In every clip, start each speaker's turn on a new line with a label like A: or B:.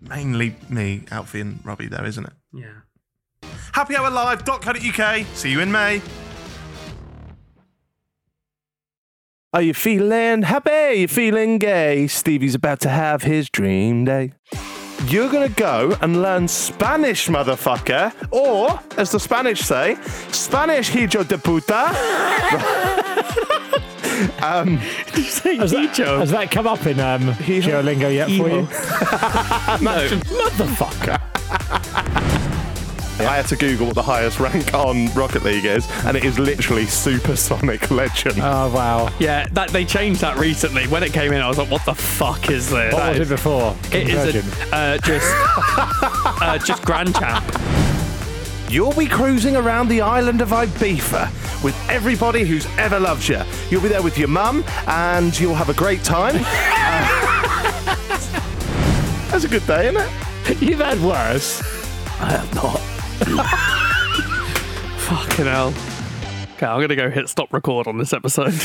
A: Mainly me, Alfie, and Robbie, though, isn't it?
B: Yeah.
A: happyhourlive.co.uk. See you in May.
C: Are you feeling happy? Are you feeling gay? Stevie's about to have his dream day. You're gonna go and learn Spanish, motherfucker, or as the Spanish say, Spanish hijo de puta.
D: Has that, has that come up in um, Geolingo yet for you? Motherfucker.
C: I had to Google what the highest rank on Rocket League is, and it is literally Supersonic Legend.
D: Oh, wow.
E: Yeah, that they changed that recently. When it came in, I was like, "What the fuck is this?"
D: What
E: That
D: was it
E: is-
D: before?
E: it is
D: Convergent.
E: a, uh, just uh, just grand champ.
C: You'll be cruising around the island of Ibiza with everybody who's ever loved you. You'll be there with your mum, and you'll have a great time. Uh, that's a good day, isn't it?
D: You've had worse.
E: Fucking hell. Okay, I'm gonna go hit stop record on this episode.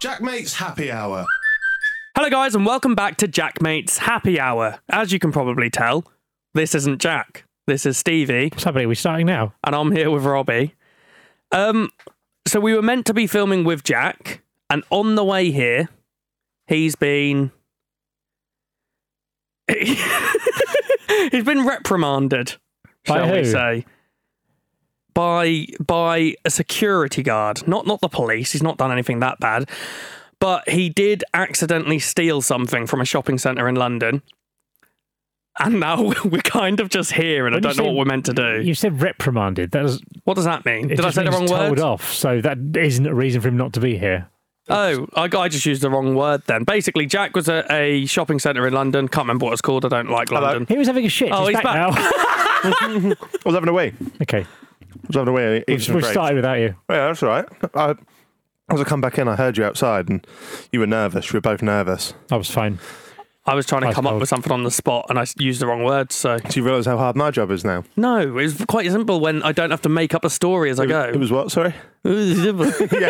A: Jack Mate's Happy Hour.
E: Hello, guys, and welcome back to Jackmate's Happy Hour. As you can probably tell, this isn't Jack. This is Stevie,
D: What's happening? We're starting now.
E: and I'm here with Robbie. Um, so we were meant to be filming with Jack, and on the way here, he's been he's been reprimanded,
D: By
E: shall we
D: who?
E: say, by by a security guard. Not not the police. He's not done anything that bad, but he did accidentally steal something from a shopping centre in London. And now we're kind of just here, and
D: When
E: I
D: you
E: don't know
D: say-
E: what we're meant to do.
D: You said reprimanded. That is,
E: What does that mean?
D: it
E: Did I
D: just
E: say the wrong
D: means told
E: word?
D: off, so that isn't a reason for him not to be here.
E: Oh, I, I just used the wrong word then. Basically, Jack was at a shopping centre in London. Can't remember what it's called. I don't like London.
D: He was having a shit.
E: Oh, he's back.
D: now.
C: I was having a wee.
D: okay.
C: I was having a wee.
D: We've,
C: eating
D: we've
C: grapes.
D: started without you.
C: Yeah, that's all right. I, as I come back in, I heard you outside, and you were nervous. We were both nervous.
D: I was fine.
E: I was trying to
D: I
E: come up
D: suppose.
E: with something on the spot and I s- used the wrong word. So,
C: Do you realise how hard my job is now?
E: no, it was quite simple when I don't have to make up a story as I go.
C: It was what? Sorry. yeah,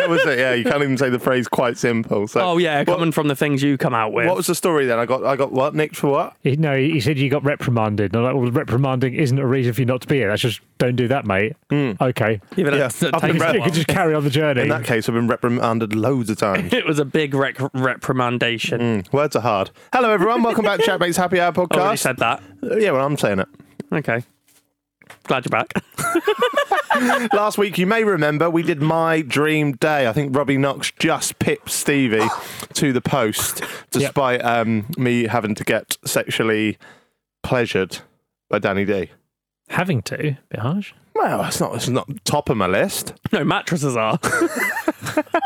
C: was it? Yeah, you can't even say the phrase quite simple. So.
E: oh, yeah,
C: What,
E: coming from the things you come out with.
C: what was the story then? I got I got what Nick for what?
D: He, no, he he said you got reprimanded. And I'm like, well, reprimanding isn't a reason for you not to be here. That's just don't do that, mate.
E: Hmm.
D: Okay.
E: yeah, but
C: yeah,
E: that's- that
C: I've been
E: takes a
C: read-
D: You
E: while.
D: could just carry on the journey.
C: In that case, I've been reprimanded loads of times.
E: it was a big rec- reprimandation.
C: Words are hard. Hello, everyone. Welcome back to Chatmate's Happy Hour
E: I already
C: podcast.
E: Oh, said that.
C: Uh, yeah, well, I'm saying it.
E: Okay. Glad you're back.
C: Last week, you may remember, we did My Dream Day. I think Robbie Knox just pipped Stevie to the post, despite um, me having to get sexually pleasured by Danny D.
D: Having to. bit harsh.
C: Well, it's not, it's not top of my list.
E: no, mattresses are.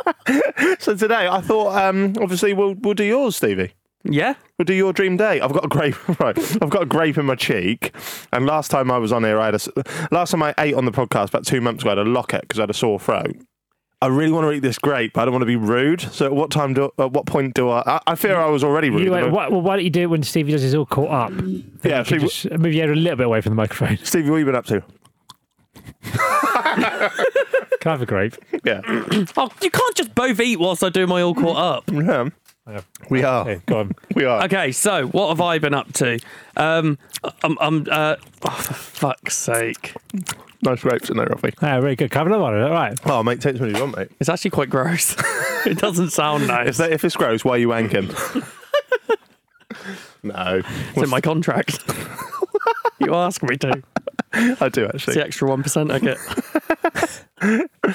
C: So today, I thought, um, obviously, we'll, we'll do yours, Stevie.
E: Yeah.
C: We'll do your dream day. I've got a grape. Right, I've got a grape in my cheek. And last time I was on here, I had a. s- Last time I ate on the podcast about two months ago, I had a locket because I had a sore throat. I really want to eat this grape, but I don't want to be rude. So, at what time do? At what point do I? I, I fear I was already rude.
D: You
C: But-
D: went, why, well, why don't you do it when Stevie does his all caught up? Then
C: Yeah,
D: you could
C: Steve-
D: just move your head a little bit away from the microphone.
C: Stevie, what have you been up to?
D: Can I have a grape?
C: Yeah,
E: Oh, you can't just both eat whilst I do my all caught up.
C: Yeah. we are.
D: Hey, go on.
C: We are.
E: Okay, so what have I been up to? Um, I'm, I'm uh, oh, for fuck's sake.
C: Nice grapes in there, Robbie.
D: Ah, very good. Can I have another one? All right.
C: Oh, mate, take as many as you want, mate.
E: It's actually quite gross. it doesn't sound
C: If
E: nice.
C: that, if it's gross, why are you wanking? no,
E: It's in my contract. you ask me to.
C: I do
E: It's
C: actually.
E: the extra 1% I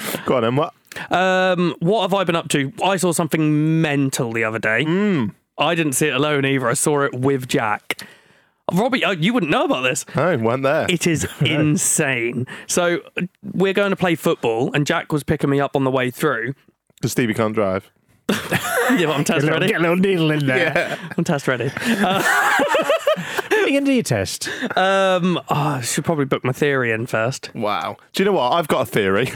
E: get.
C: Go on, then. What?
E: Um, what have I been up to? I saw something mental the other day. I didn't see it alone either. I saw it with Jack. Robbie, uh, you wouldn't know about this.
C: No, weren't there.
E: It is insane. So uh, we're going to play football, and Jack was picking me up on the way through.
C: Because Stevie can't drive.
E: Yeah, but I'm test
D: Get a little-
E: ready.
D: Get a little needle in there.
E: I'm test ready.
D: What are you going to do your test?
E: Um, oh, I should probably book my theory in first.
C: Wow. Do you know what? I've got a theory,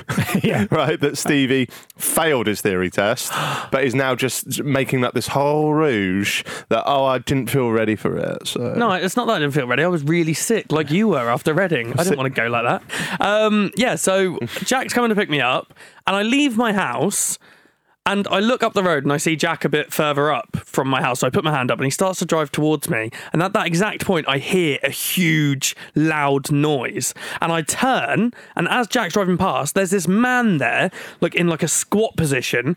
D: yeah.
C: right? That Stevie failed his theory test, but is now just making up this whole rouge that, oh, I didn't feel ready for it. So.
E: No, it's not that I didn't feel ready. I was really sick, like you were after Reading. I didn't want to go like that. Um, yeah, so Jack's coming to pick me up, and I leave my house, and I look up the road, and I see Jack a bit further up from my house. So I put my hand up, and he starts to drive towards me. And at that exact point, I hear a huge, loud noise, and I turn, and as Jack's driving past, there's this man there, like in like a squat position,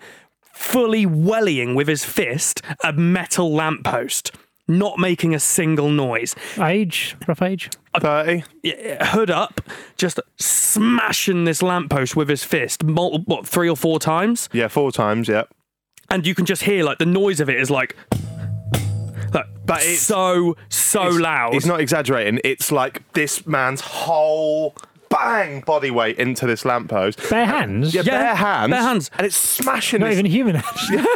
E: fully wellying with his fist a metal lamppost. Not making a single noise
D: Age, rough age.
C: 30?
E: hood up, just smashing this lamppost with his fist, multiple, what, three or four times?
C: Yeah, four times, yeah.
E: And you can just hear, like, the noise of it is like. like
C: But it's-
E: so, so loud.
C: He's not exaggerating. It's like this man's whole bang body weight into this lamppost.
D: Bare hands.
C: Yeah,
E: Yeah,
C: bare hands.
E: bare hands.
C: And it's smashing
D: Not
C: this.
D: even human hands.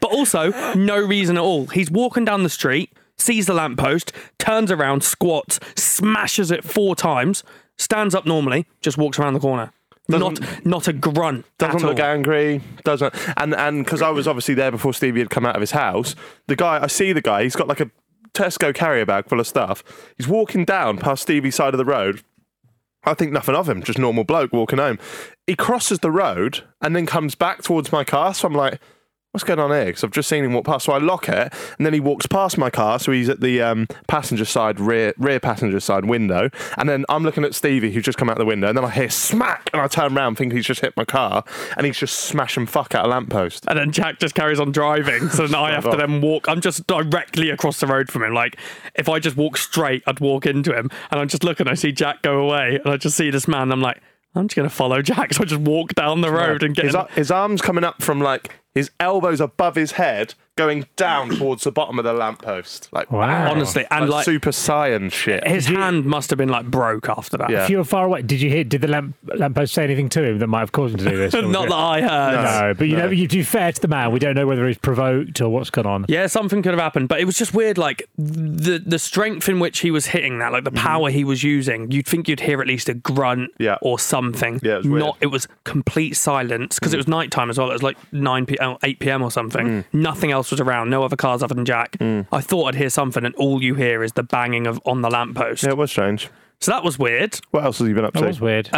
E: But also, no reason at all. He's walking down the street, sees the lamppost, turns around, squats, smashes it four times, stands up normally, just walks around the corner. not not a grunt.
C: doesn't
E: at all.
C: look angry doesn't and and because i was obviously there before stevie had come out of his house the guy i see the guy he's got like a tesco carrier bag full of stuff he's walking down past stevie's side of the road i think nothing of him just normal bloke walking home he crosses the road and then comes back towards my car so i'm like what's going on here because i've just seen him walk past so i lock it and then he walks past my car so he's at the um, passenger side rear rear passenger side window and then i'm looking at stevie who's just come out the window and then i hear smack and i turn around thinking he's just hit my car and he's just smashing fuck out a lamppost
E: And then Jack just carries on driving. So then I have to
C: off.
E: then walk. I'm just directly across the road from him. Like, if I just walk straight, I'd walk into him. And I'm just looking, I see Jack go away. And I just see this man. and I'm like, I'm just going to follow Jack. So I just walk down the road and get
C: his,
E: him.
C: ar- his arms coming up from like his elbows above his head going down towards the bottom of the lamppost like
D: Wow.
E: Honestly. And
C: like,
E: like,
C: super science shit
E: his hand must have been like broke after that.
C: Yeah.
D: If you were far away, did you hear? Did the lamp lamppost say anything to him that might have caused him to do this?
E: Not that I heard.
D: No, but you know, you, to be fair to the man, we don't know whether he's provoked or what's gone on.
E: Yeah, something could have happened, but it was just weird. Like the the strength in which he was hitting that, like the power he was using, you'd think you'd hear at least a grunt
C: Mm-hmm. Yeah.
E: or something.
C: Yeah, it was weird. Mm.
E: not. It was complete silence because it was nighttime as well. It was like nine p.m., eight p.m. or something. Nothing else was around. No other cars other than Jack.
C: Mm.
E: I thought I'd hear something, and all you hear is the banging of on the lamppost.
C: yeah, it was strange
E: So that was weird.
C: what else has he been up
D: That
C: to
D: was weird.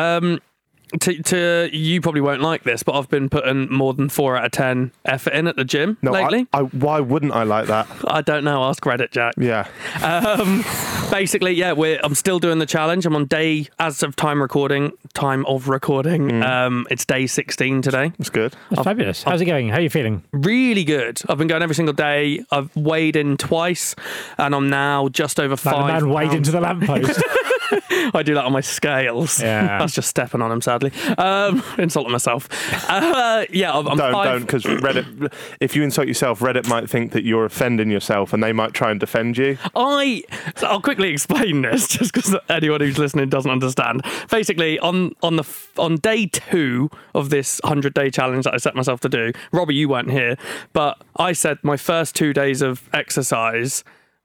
E: To, to you probably won't like this, but I've been putting more than four out of ten effort in at the gym
C: no, I-
E: lately.
C: I, why wouldn't I like that?
E: I don't know. Ask Reddit, Jack.
C: Yeah.
E: um, basically, yeah, we're, I'm still doing the challenge. I'm on day, as of time recording, time of recording.
C: Mm.
E: Um, it's day 16 today.
C: That's good.
D: That's fabulous. How's it going? How are you feeling?
E: Really good. I've been going every single day. I've weighed in twice, and I'm now just over
D: Like
E: five.
D: the man wade
E: pounds.
D: into the lamppost.
E: I do that on my scales.
D: Yeah.
E: That's just stepping on them, sadly. Um, insulting myself. Uh, yeah, I'm, I'm
C: Don't,
E: five.
C: don't, because Reddit. If you insult yourself, Reddit might think that you're offending yourself, and they might try and defend you.
E: I so I'll quickly explain this just because anyone who's listening doesn't understand. Basically, on on the f- on day two of this hundred day challenge that I set myself to do, Robbie, you weren't here, but I said my first two days of exercise,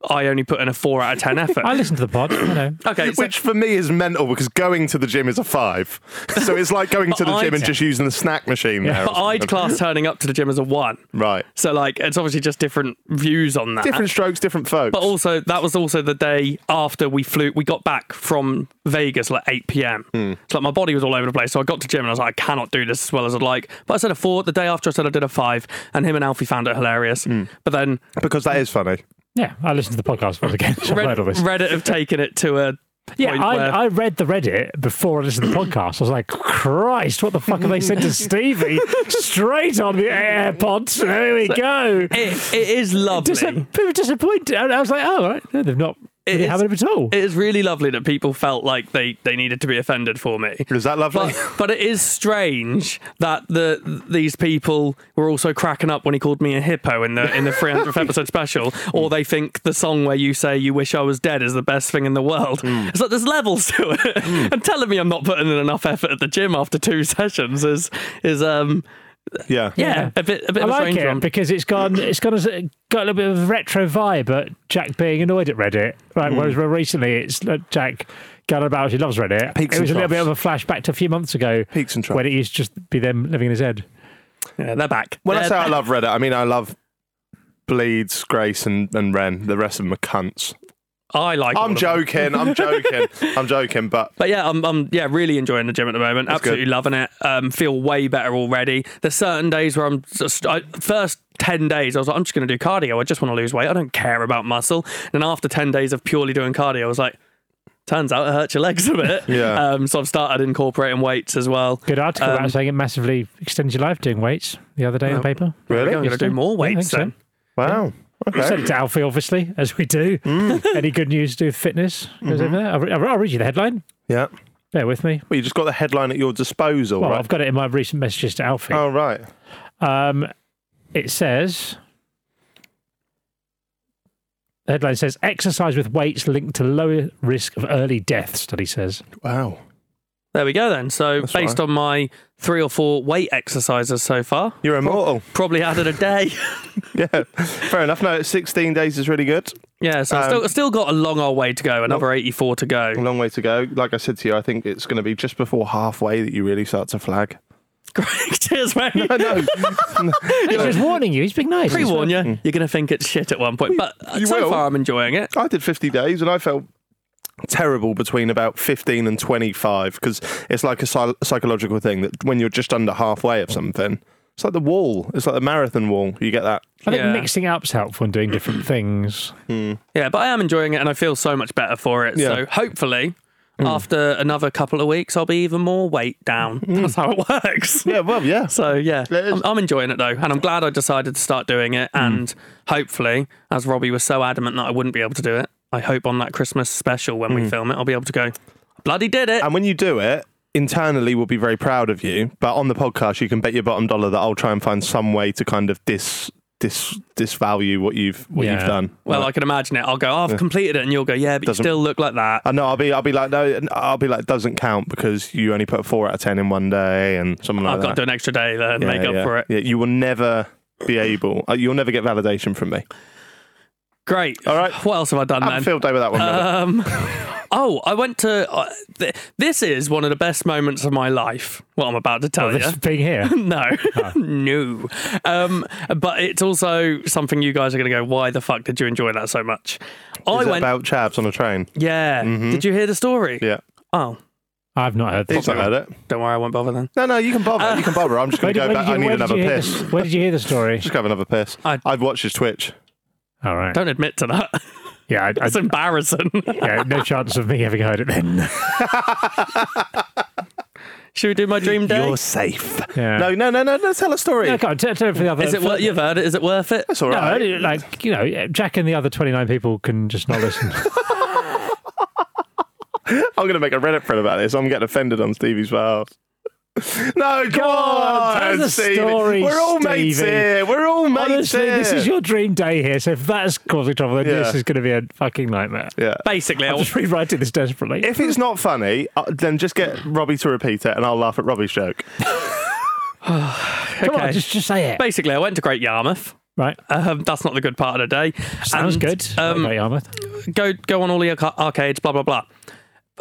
E: I only put in a four out of ten effort.
D: I listen to the pod. I know.
E: okay, so-
C: Which for me is mental because going to the gym is a five. So it's like going to the
E: But
C: gym and
E: I'd-
C: just using the snack machine there.
E: but
C: or
E: I'd
C: something.
E: class turning up to the gym as a one.
C: Right.
E: So like, it's obviously just different views on that.
C: Different strokes, different folks.
E: But also, that was also the day after we flew. We got back from Vegas like 8 p.m. So like my body was all over the place. So I got to gym and I was like, I cannot do this as well as I'd like. But I said a four. The day after, I said I did a five, and him and Alfie found it hilarious. But then
C: because that is funny.
D: Yeah, I listen to the podcast once again. so I've
E: Red-
D: heard all this.
E: Reddit have taken it to a
D: yeah,
E: point
D: I,
E: where
D: I read the Reddit before I listened to the podcast. I was like, Christ, what the fuck have they sent to Stevie? Straight on the AirPods. There we go.
E: it, it is lovely.
D: Dis- people disappointed. I I was like, oh, all right. No, they've not really
E: It's-
D: having it at all.
E: it is really lovely that people felt like they, they needed to be offended for me.
C: Is that lovely?
E: But, but it is strange that the these people were also cracking up when he called me a hippo in the in the 300th episode special, or they think the song where you say you wish I was dead is the best thing in the world. It's like there's levels to it, and telling me I'm not putting in enough effort at the gym after two sessions is is um
C: yeah.
E: yeah, a bit a bit
D: I
E: of a
D: like
E: strange
D: it
E: one.
D: because it's gone. It's gone as a, got a little bit of a retro vibe. But Jack being annoyed at Reddit, right? Whereas
E: Hmm.
D: well, recently it's like Jack going about he loves Reddit.
C: Peaks
D: it
C: and
D: was a little bit
C: troughs.
D: of a flashback to a few months ago.
C: Peaks and troughs.
D: when it used to just be them living in his head.
E: Yeah, they're back.
C: When I
E: They're
C: say I
E: back.
C: love Reddit, I mean I love Bleeds, Grace, and, and Ren. The rest of them are cunts.
E: I like. all
C: I'm
E: of them.
C: joking. I'm joking. I'm joking. But
E: But yeah, I'm, I'm yeah really enjoying the gym at the moment. Absolutely loving it. Um, feel way better already. There's certain days where I'm just I, first ten days I was like I'm just going to do cardio. I just want to lose weight. I don't care about muscle. And then after ten days of purely doing cardio, I was like, turns out it hurts your legs a bit.
C: Yeah.
E: Um, so I've started incorporating weights as well.
D: Good article
E: Um,
D: about saying it massively extends your life doing weights. The other day
C: Oh.
D: in the paper,
C: really,
E: I'm going to do more
D: Yeah, I
E: weights
D: think so.
E: then.
C: wow.
D: I
C: Okay. Mm.
D: sent it to Alfie, obviously, as we do. Any good news to do with fitness? Goes
C: Mm-hmm.
D: over there. I'll, re- I'll read you the headline.
C: Yeah.
D: Bear with me.
C: Well, you just got the headline at your disposal,
D: Well,
C: right?
D: I've got it in my recent messages to Alfie.
C: Oh, right.
D: Um, it says the headline says exercise with weights linked to lower risk of early death. Study says
C: Wow.
E: There we go then. So based on my three or four weight exercises so far,
C: You're immortal.
E: probably added a day.
C: yeah. Fair enough. No, 16 days is really good.
E: yeah.
C: Um,
E: So I've still, still got a long old way to go. Another 84 to go.
C: A long way to go. Like I said to you, I think it's going to be just before halfway that you really start to flag.
E: Great. Cheers, mate.
C: I know.
D: he's just warning you. He's being nice.
E: pre warn you, you're going to think it's shit at one point. But uh,
C: you
E: so
C: will.
E: far, I'm enjoying it.
C: I did 50 days and I felt terrible between about 15 and 25 because it's like a psy- psychological thing that when you're just under halfway of something, it's like the wall. It's like the marathon wall. You get that.
D: I think
E: Yeah.
D: mixing up's helpful and doing different things.
E: Yeah, but I am enjoying it and I feel so much better for it.
C: Yeah. Hmm.
E: So hopefully, after another couple of weeks, I'll be even more weight down. That's how it works.
C: Hmm. Yeah, well, yeah.
E: So yeah,
C: It is.
E: I'm, I'm enjoying it though, and I'm glad I decided to start doing it.
C: Hmm.
E: And hopefully, as Robbie was so adamant that I wouldn't be able to do it, I hope on that Christmas special when
C: Hmm.
E: we film it, I'll be able to go. Bloody did it!
C: And when you do it, internally we'll be very proud of you. But on the podcast, you can bet your bottom dollar that I'll try and find some way to kind of dis dis disvalue what you've what
D: Yeah.
C: you've done.
E: well, I can imagine it. I'll go, oh, I've completed it, and you'll go, yeah, but
C: Doesn't-
E: you still look like that.
C: I know I'll be I'll be like no I'll be like doesn't count because you only put a four out of ten in one day and something like
E: I've
C: that.
E: got to do an extra day there and
C: Yeah,
E: make up
C: yeah.
E: for it.
C: Yeah, you will never be able. uh, You'll never get validation from me.
E: Great.
C: All right.
E: What else have I done
C: Have a
E: then?
C: field day with that one. brother.
E: Um, oh, I went to. Uh, th- this is one of the best moments of my life. What I'm about to
C: Oh,
E: tell you.
D: This being here,
E: No,
C: Ah.
E: no. Um, but it's also something you guys are going to go. Why the fuck did you enjoy that so much? I
C: Is it
E: went.
C: about chavs on a train.
E: yeah. Did you hear the story?
C: Yeah,
E: Oh,
D: I've not heard
C: he's
D: this.
C: not heard it.
E: don't worry, I won't bother then.
C: No, no, you can bother. you can bother. I'm just going
D: Where
C: to
D: did,
C: go back.
D: where did you,
C: I need
D: where did
C: another
D: you hear
C: piss.
D: this? Where did you hear the story?
C: Just go have another piss.
E: I-
C: I've watched his Twitch.
D: All right.
E: Don't admit to that.
D: Yeah, I, I,
E: It's embarrassing.
D: yeah, no chance of me having heard it then.
E: Should we do my dream day?
C: You're safe.
D: Yeah.
C: No, no, no, no, no. Tell a story.
D: no, come on, tell, tell it for the other.
E: Is it
D: for-
E: worth? You've heard it. Is it worth it?
C: That's all
D: No,
C: right.
D: like you know, Jack and the other twenty nine people can just not listen.
C: I'm going to make a Reddit thread about this. I'm getting offended on Stevie's behalf. No, come on,
D: tell the
C: Stevie.
D: story,
C: We're all mates
D: Stevie.
C: here. We're all mates
D: Honestly,
C: here.
D: this is your dream day here. So if that's causing trouble, then
C: Yeah.
D: this is going to be a fucking nightmare.
C: yeah.
E: Basically, I
D: I'm
E: was
D: just rewriting this desperately.
C: If it's not funny, uh, then just get Robbie to repeat it, and I'll laugh at Robbie's joke.
D: Come
E: okay.
D: on, just just say it.
E: basically I went to Great Yarmouth.
D: Right,
E: Um, that's not the good part of the day.
D: sounds
E: And,
D: good.
E: Um,
D: Great Yarmouth.
E: go go on all the arca- arcades, blah blah blah.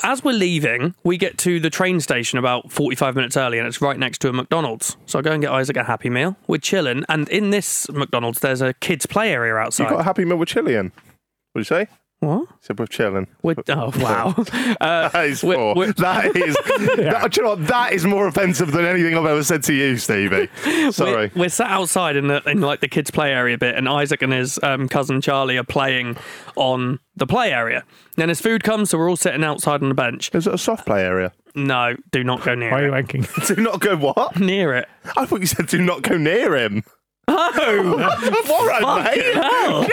E: As we're leaving, we get to the train station about 45 minutes early, and it's right next to a McDonald's. So I go and get Isaac a Happy Meal. We're chilling, and in this McDonald's, there's a kids' play area
C: You
E: outside.
C: got a happy meal with chili in. What did you say?
E: what?
C: I said we're chilling.
E: We're, oh wow! Uh,
C: That is
E: we're-
C: poor.
E: we're-
C: That is. that, do you know what? That is more offensive than anything I've ever said to you, Stevie. Sorry.
E: We're, we're sat outside in the in like the kids' play area bit, and Isaac and his um, cousin Charlie are playing on the play area. Then as food comes, so we're all sitting outside on the bench.
C: Is it a soft play area?
E: No, do not go near
D: Why are you
E: it.
D: wanking?
C: Do not go what?
E: Near it.
C: I thought you said do not go near him.
E: Oh.
C: All right,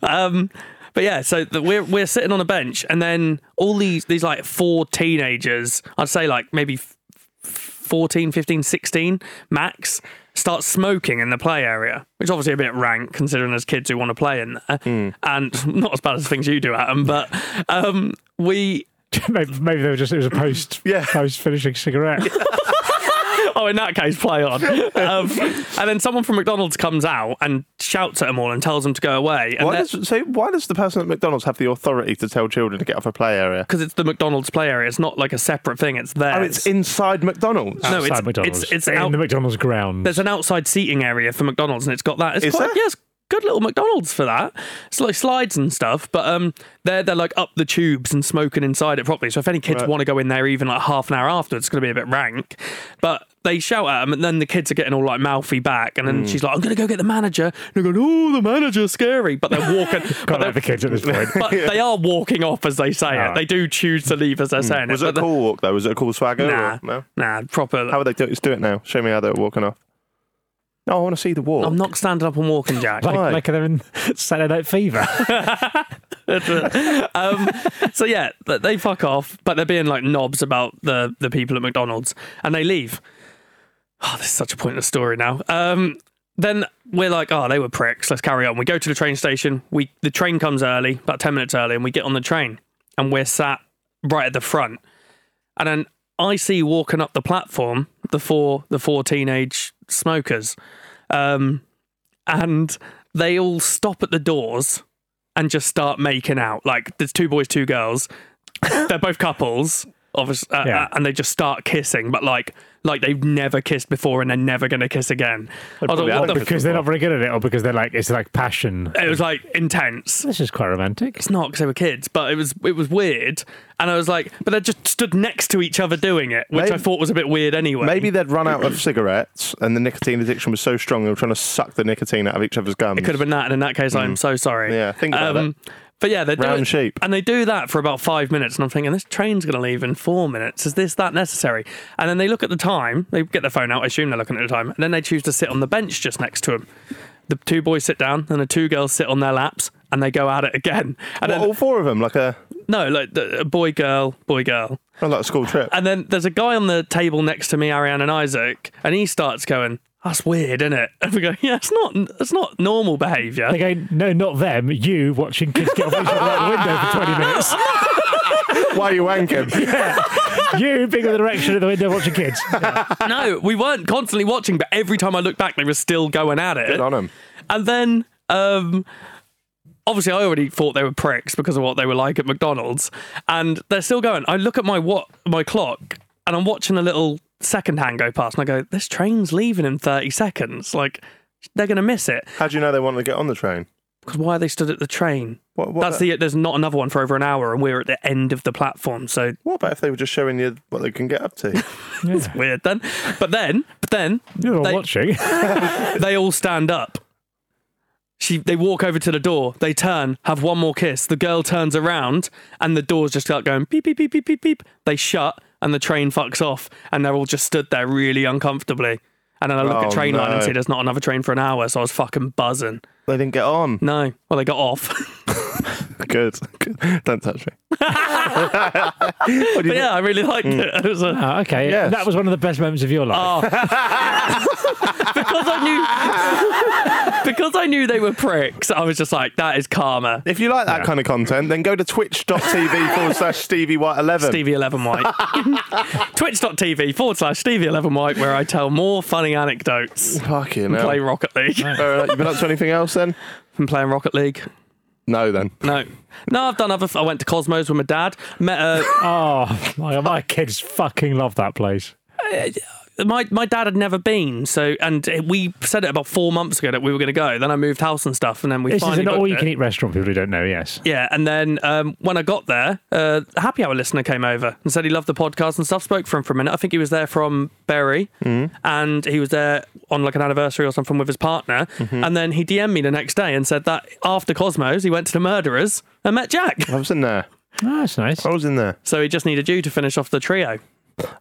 C: mate.
E: But yeah, so the, we're we're sitting on a bench, and then all these these like four teenagers, I'd say like maybe f- 14, 15, 16 max, start smoking in the play area, which is obviously a bit rank considering there's kids who want to play in there,
C: Mm.
E: and not as bad as things you do, Adam. But um, we
D: maybe, maybe they were just it was a post
C: Yeah.
D: post finishing cigarette.
E: oh, in that case, play on. Um, and then someone from McDonald's comes out and shouts at them all and tells them to go away. And
C: Why
E: they're-
C: does, so why does the person at McDonald's have the authority to tell children to get off a play area?
E: because it's the McDonald's play area, it's not like a separate thing. It's theirs.
C: Oh, it's inside McDonald's.
E: No,
D: Outside
E: it's-
D: McDonald's.
E: it's- it's
D: in
E: out-
D: the McDonald's ground.
E: there's an outside seating area for McDonald's, and it's got that. It's
C: Is
E: quite,
C: there?
E: yeah, it's good little McDonald's for that. It's like slides and stuff, but um, they're they're like up the tubes and smoking inside it properly. So if any kids
C: Right.
E: want to go in there, even like half an hour after, it's going to be a bit rank. But they shout at them, and then the kids are getting all like mouthy back, and
C: Mm.
E: then she's like, "I'm going to go get the manager." And they're going, "Oh, the manager's scary," but they're walking. but
D: Can't
E: they're-
D: have the kids at this point.
E: but they are walking off as they say it.
D: Alright.
E: They do choose to leave as they're saying
C: Mm. Was
E: it.
C: it
E: but
C: a cool walk though? Was it a cool swagger?
E: they-
C: or-
E: Nah,
C: No.
E: nah, proper.
C: How would they do it? Let's do it now. Show me how they're walking off. No, I want to see the walk.
E: I'm not standing up and walking, Jack.
D: like,
C: Why?
D: like they're in Saturday Night Fever.
E: um, so yeah, th- they fuck off, but they're being like knobs about the the people at McDonald's, and they leave. Oh, this is such a pointless story now. Um, then we're like, oh, they were pricks. Let's carry on. We go to the train station. We the train comes early, about ten minutes early, and we get on the train, and we're sat right at the front, and then I see walking up the platform the four the four teenage smokers, um, and they all stop at the doors and just start making out. Like there's two boys, two girls. They're both couples, obviously, uh,
D: Yeah.
E: uh, and they just start kissing, but like like they've never kissed before and they're never gonna kiss again. I was
C: probably
E: like,
C: haven't
E: what the
C: kissed
E: f-
D: because they're not very good at it, or because they're like it's like passion.
E: it was like intense.
D: This is quite romantic.
E: It's not because they were kids, but it was it was weird, and I was like, but they just stood next to each other doing it, which I
C: Maybe-
E: thought was a bit weird anyway.
C: Maybe they'd run out of cigarettes and the nicotine addiction was so strong they were trying to suck the nicotine out of each other's gums.
E: It could have been that, and in that case, I'm so sorry.
C: Mm.
E: Um,
C: Yeah, think about
E: But yeah, they're
C: Round
E: doing,
C: shape.
E: and they do that for about five minutes, and I'm thinking this train's going to leave in four minutes. Is this that necessary? And then they look at the time. They get their phone out. I assume they're looking at the time, and then they choose to sit on the bench just next to him. The two boys sit down, and the two girls sit on their laps, and they go at it again. And
C: What,
E: then
C: all four of them, like a
E: no, like the, boy, girl, boy, girl.
C: like a school trip.
E: And then there's a guy on the table next to me, Ariane and Isaac, and he starts going, "That's weird, isn't it?" And we go, "Yeah, it's not. It's not normal behaviour."
D: They go, no, not them. You watching kids get off each other out the window for twenty minutes.
C: Why are you wanking?
D: you being in the direction of the window watching kids.
E: No, we weren't constantly watching, but every time I look back, they were still going at it.
C: Good on them.
E: And then, um, obviously, I already thought they were pricks because of what they were like at McDonald's, and they're still going. I look at my what my clock, and I'm watching a little second hand go past, and I go, "This train's leaving in 30 seconds. Like, they're going to miss it
C: How do you know they wanted to get on the train?
E: because why are they stood at the train?"
C: What, what,
E: That's the there's not another one for over an hour, and we're at the end of the platform, so
C: what about if they were just showing you what they can get up to?
E: it's weird then. But then, but then
D: You're all
E: They-
D: watching.
E: they all stand up. She, they walk over to the door. They turn, have one more kiss. The girl turns around, and the doors just start going beep beep beep beep beep beep. They shut, and the train fucks off, and they're all just stood there really uncomfortably. And then I look
C: Oh,
E: at train line and
C: no.
E: see there's not another train for an hour, so I was fucking buzzing.
C: they didn't get on.
E: No, well they got off.
C: Good. Good. Don't touch me. what do you
E: But yeah, I really liked
C: Hmm.
E: it. It was a-
D: Oh, okay.
C: Yes.
D: That was one of the best moments of your life.
E: Oh. because I knew because I knew they were pricks, I was just like, that is karma.
C: If you like that kind of content, then go to twitch.tv forward slash Stevie White 11.
E: Stevie Eleven White. Twitch.tv forward slash Stevie Eleven White where I tell more funny anecdotes.
C: Fucking
E: Play
C: hell.
E: Rocket League.
C: Uh, you been up to anything else then?
E: I'm playing Rocket League.
C: No, then.
E: No. No, I've done other f- I went to Cosmos with my dad. Met uh, a
D: Oh, my, my kids fucking love that place.
E: my my dad had never been, so and we said it about four months ago that we were going to go. Then I moved house and stuff, and then we
D: This is
E: finally
D: an
E: booked it.
D: all-you-can-eat restaurant. People who don't know, yes.
E: Yeah, and then um, when I got there, uh, a happy hour listener came over and said he loved the podcast and stuff. Spoke for him for a minute. I think he was there from Berry, and he was there on like an anniversary or something with his partner. And then he DM'd me the next day and said that after Cosmos, he went to the Murderers and met Jack.
C: I was in there.
D: Oh, that's nice.
C: I was in there.
E: So he just needed you to finish off the trio.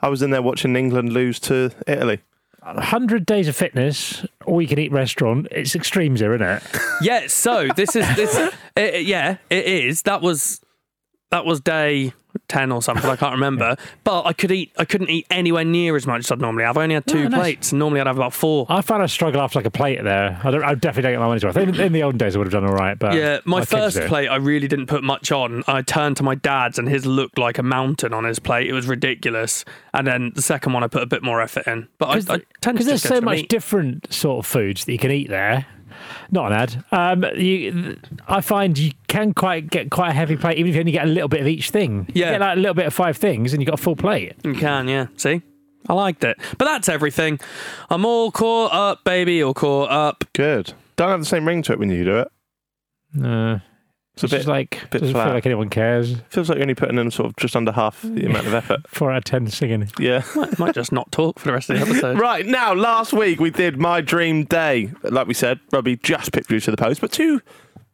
C: I was in there watching England lose to Italy.
D: Hundred days of fitness, all-you-can-eat restaurant. It's extremes here, isn't it?
E: Yeah. So this is this. it, it- yeah, it is. That was that was day ten or something. I can't remember. But I could eat. I couldn't eat anywhere near as much as I'd normally have. I only had two
D: Oh, nice.
E: plates. Normally I'd have about four.
D: I found I struggle after like a plate there. I, don't, I definitely don't get my money's worth. In, in the olden days, I would have done all right, but
E: Yeah, my,
D: Um, kids
E: first
D: do.
E: plate, I really didn't put much on. I turned to my dad's, and his looked like a mountain on his plate. It was ridiculous. And then the second one, I put a bit more effort in. But I, I tend to
D: because there's
E: just go
D: so
E: to
D: much
E: meat.
D: different sort of foods that you can eat there. Not an ad. Um, you, th- I find you can quite get quite a heavy plate, even if you only get a little bit of each thing. You
E: Yeah.
D: get like a little bit of five things, and you got a full plate.
E: You can, yeah. See, I liked it. But that's everything. I'm all caught up, baby. All caught up.
C: Good. Don't have the same ring to it when you do it.
D: Uh,
C: It's a
D: it's
C: bit.
D: just like
C: bit
D: doesn't
C: flat.
D: feel like anyone cares.
C: feels like you're only putting in sort of just under half the amount of effort.
D: Four out of ten singing.
C: Yeah.
E: Might, might just not talk for the rest of the episode.
C: Right now, last week we did my dream day. Like we said, Robbie just picked you to the post, but two,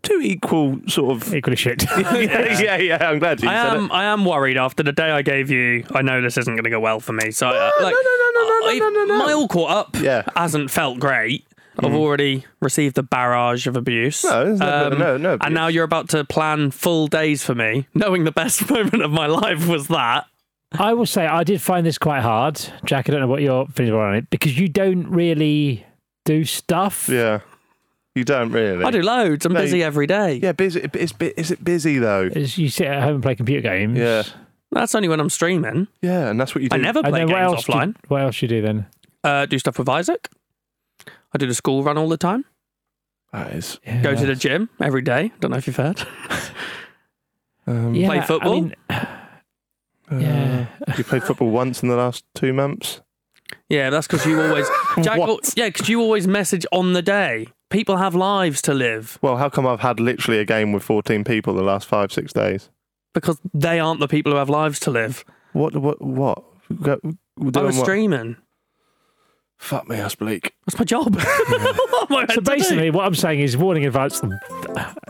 C: two equal sort of.
D: Equally shit.
C: yeah, yeah, yeah. I'm glad you
E: I
C: said
E: am.
C: it.
E: I am worried after the day I gave you. I know this isn't going to go well for me. So, uh,
C: no,
E: like,
C: no, no, no, no,
E: I-
C: no, no, no.
E: My all caught up.
C: Yeah. Mm.
E: hasn't felt great. I've already received a barrage of abuse.
C: No,
E: Um,
C: there's no- no, no abuse.
E: And now you're about to plan full days for me, knowing the best moment of my life was that.
D: I will say I did find this quite hard, Jack. I don't know what your feelings are on it because you don't really do stuff.
C: Yeah. You don't really.
E: I do loads. I'm
C: No,
E: busy
C: you-
E: every day.
C: Yeah, busy. It's, bu- is it busy though?
D: Is you sit at home and play computer games.
C: Yeah.
E: That's only when I'm streaming.
C: Yeah, and that's what you do.
E: I never
D: And
E: play
D: then
E: games
D: what else? do-
E: offline.
D: what else you do then?
E: Uh, do stuff with Isaac. I do the school run all the time.
C: That is.
E: Go to the gym every day. Don't know if you've heard.
C: Um, uh,
D: Yeah,
E: Play football?
D: I mean,
E: Uh,
D: yeah.
C: You played football once in the last two months.
E: Yeah, that's because you always. Jack,
C: What?
E: well, yeah, because you always message on the day. People have lives to live
C: Well, how come I've had literally a game with 14 people the last five, six days?
E: because they aren't the people who have lives to live.
C: What? What? What? Go,
E: I
C: doing
E: was
C: what?
E: streaming.
C: Fuck me, that's bleak.
E: That's my job. What am I meant to
D: So
E: do?
D: basically, what I'm saying is, warning in advance.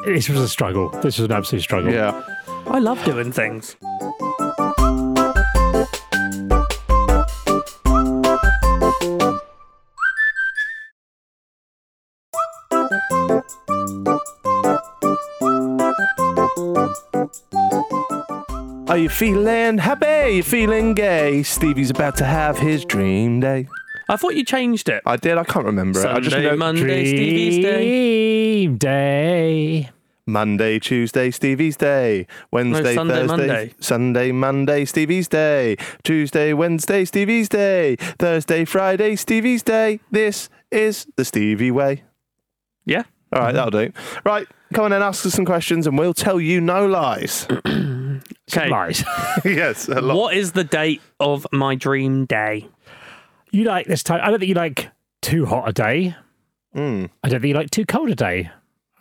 D: This was a struggle. This was an
E: Oh.
D: absolute struggle.
C: Yeah.
E: I love doing things.
C: Are you feeling happy? You feeling gay? Stevie's about to have his dream day.
E: I thought you changed it.
C: I did. I can't remember it. I just
E: Sunday,
C: know
E: Monday, Stevie's day.
D: Dream day.
C: Monday, Tuesday, Stevie's day. Wednesday,
E: Sunday,
C: Thursday,
E: Monday.
C: Sunday, Monday, Stevie's day. Tuesday, Wednesday, Stevie's day. Thursday, Friday, Stevie's day. This is the Stevie way.
E: Yeah.
C: All
E: Mm-hmm.
C: right, that'll do. Right, come on and ask us some questions, and we'll tell you no lies.
E: Okay.
D: Lies.
C: yes, a lot.
E: What is the date of my dream day?
D: you like this time? I don't think you like too hot a day.
E: Hmm.
C: Mm.
D: I don't think you like too cold a day.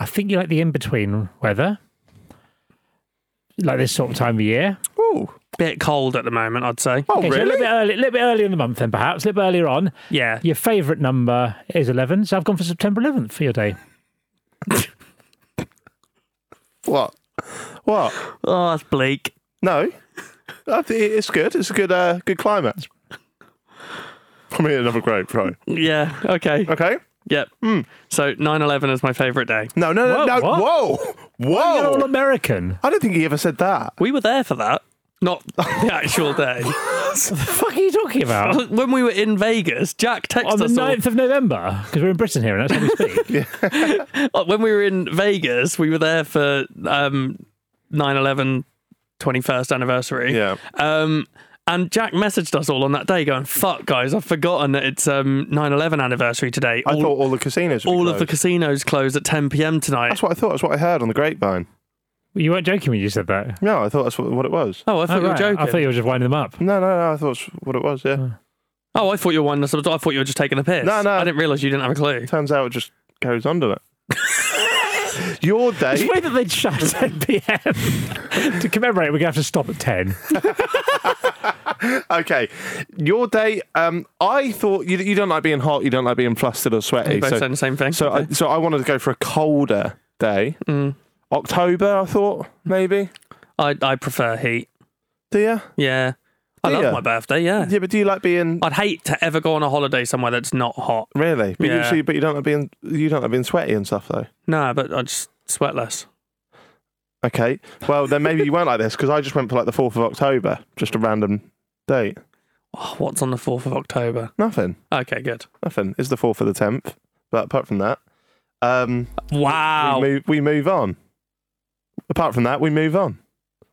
D: I think you like the in between weather, like this sort of time of year.
C: Ooh.
E: Bit cold at the moment, I'd say.
C: Oh,
D: So a little
C: really?
D: bit early, a little bit earlier in the month, then perhaps a little bit earlier on.
E: Yeah.
D: Your favourite number is eleven, so I've gone for September eleventh for your day.
C: What? What?
E: Oh, that's bleak.
C: No, I think it's good. It's a good, uh, hmm. good climate. Pour me another grape, right?
E: Yeah. Okay.
C: Okay.
E: Yep. So 9 11 is my favorite day.
C: No, no, no,
D: Whoa,
C: no.
D: what?
C: Whoa.
E: Oh.
D: You're all
C: Whoa.
D: American.
C: I don't think he ever said that.
E: We were there for that, not the actual day.
D: The fuck are you talking about?
E: when we were in Vegas, Jack texted
D: On the
E: us all-
D: 9th of November, because we're in Britain here, and that's how we speak.
E: Oh, when we were in Vegas, we were there for um 9/11 21st anniversary.
C: Yeah.
E: Um and Jack messaged us all on that day going, "Fuck guys, I've forgotten that it's um 9/11 anniversary today.
C: I
E: all
C: thought all the casinos. Were
E: all of the
C: closed.
E: casinos close at 10 p.m. tonight."
C: That's what I thought. That's what I heard on the grapevine.
D: you weren't joking when you said that.
C: No, I thought that's what, what it was.
E: Oh, I thought
D: Oh,
E: you were
D: right.
E: joking.
D: I thought you were just winding them up.
C: No, no, no. I thought that's what it was. Yeah.
E: oh, I thought you were one. I thought you were just taking a piss.
C: No, no.
E: I didn't realize you didn't have a clue.
C: Turns out it just goes under it. Your
D: The
C: day.
D: way that they'd shut at 10 p.m. to commemorate, we're going to have to stop at 10.
C: Okay. Your day. Um, I thought you, you don't like being hot. You don't like being flustered or sweaty.
E: You Mm. both
C: so-
E: saying the same thing.
C: So I, so I wanted to go for a colder day. October, I thought maybe.
E: I I prefer heat.
C: Do you?
E: Yeah. I
C: Do
E: love
C: ya?
E: my birthday, yeah.
C: Yeah, but do you like being
E: I'd hate to ever go on a holiday somewhere that's not hot.
C: really? But
E: Yeah.
C: usually, but you don't like being you don't like being sweaty and stuff though.
E: No, but I just sweat less.
C: Okay. Well, then maybe you weren't like this because I just went for like the fourth of October, just a random date.
E: Oh, what's on the 4th of October?
C: Nothing.
E: Okay, good.
C: Nothing. It's the fourth of the tenth. But apart from that, um,
E: Wow.
C: we move we move on. Apart from that, we move on.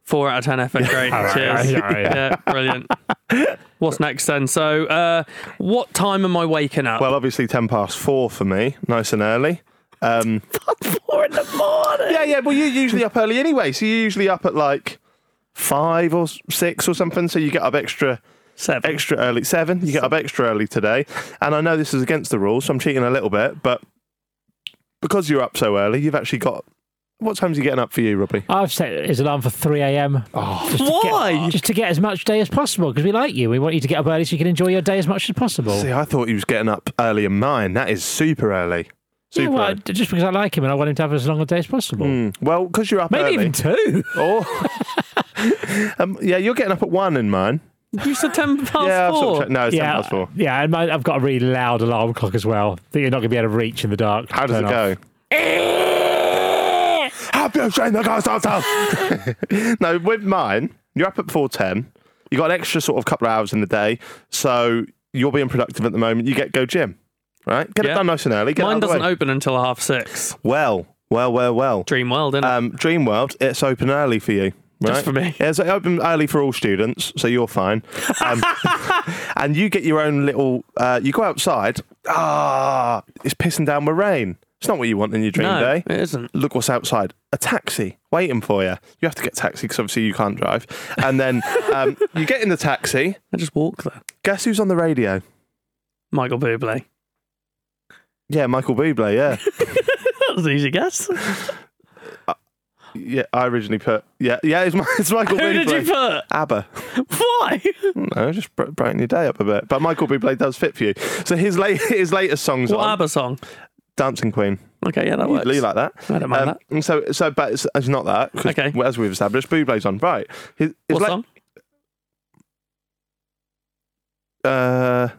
E: Four out of 10 effort. Great.
D: All right,
E: Cheers.
D: all right, all right.
E: Yeah, brilliant. What's next then? So, uh, what time am I waking up?
C: Well, obviously, ten past four for me, nice and early. Um,
E: four in the morning.
C: yeah, yeah. Well, you're usually up early anyway, so you're usually up at like five or s- six or something. So you get up extra,
E: Seven.
C: extra early. Seven. You get up extra early today, and I know this is against the rules, so I'm cheating a little bit. But because you're up so early, you've actually got. What time's you getting up for you, Robbie?
D: I've set his alarm for 3 a.m. just to get-
E: Oh. Why?
D: just to get as much day as possible, because we like you. We want you to get up early so you can enjoy your day as much as possible.
C: See, I thought he was getting up early in mine. That is super early.
D: yeah,
C: Super.
D: well,
C: early.
D: just because I like him and I want him to have as long a day as possible.
E: Hmm.
C: Mm. Well, because you're up
D: Maybe
C: early.
D: even two.
C: or um, yeah, you're getting up at one in mine.
E: You said 10 past
C: yeah, I've sort of
E: four.
C: checked- no, it's ten
D: yeah,
C: past four.
D: yeah, and my, I've got a really loud alarm clock as well that you're not going to be able to reach in the dark.
C: How does
D: Turn
C: it
D: off. Eh!
C: go? Have you seen the ghost of Tom? no, with mine, you're up at four ten. You got an extra sort of couple of hours in the day, so you're being productive at the moment. You get go gym, right? Get it
E: Yeah.
C: done nice and early. Get it out
E: Mine
C: of the
E: doesn't
C: way.
E: open until half six.
C: well, well, well, well.
E: Dream world, innit?
C: Um, Dream World, it's open early for you. Right?
E: Just for me.
C: Yeah, it's open early for all students, so you're fine. Um, and you get your own little. Uh, you go outside. Ah, it's pissing down with rain. It's not what you want in your dream
E: no,
C: day.
E: it isn't.
C: Look what's outside. A taxi waiting for you. You have to get a taxi because obviously you can't drive. And then um, you get in the taxi.
E: I just walk there.
C: Guess who's on the radio?
E: Michael Bublé.
C: Yeah, Michael Bublé. Yeah,
E: That was an easy guess. Who
C: yeah. I originally put yeah, yeah. It's, Mi- it's Michael Bublé.
E: did you put?
C: Abba.
E: Why?
C: No, just br- brighten your day up a bit. But Michael Bublé does fit for you. So his late, his latest songs
E: What
C: are
E: ABBA song?
C: Dancing Queen.
E: Okay, yeah, that
C: You
E: works.
C: really like that. Um,
E: I don't mind that.
C: and So, so, but it's, it's not that. 'cause
E: Okay.
C: As we've established, Bublé's on right. His, his
E: What
C: la-
E: song?
C: Uh,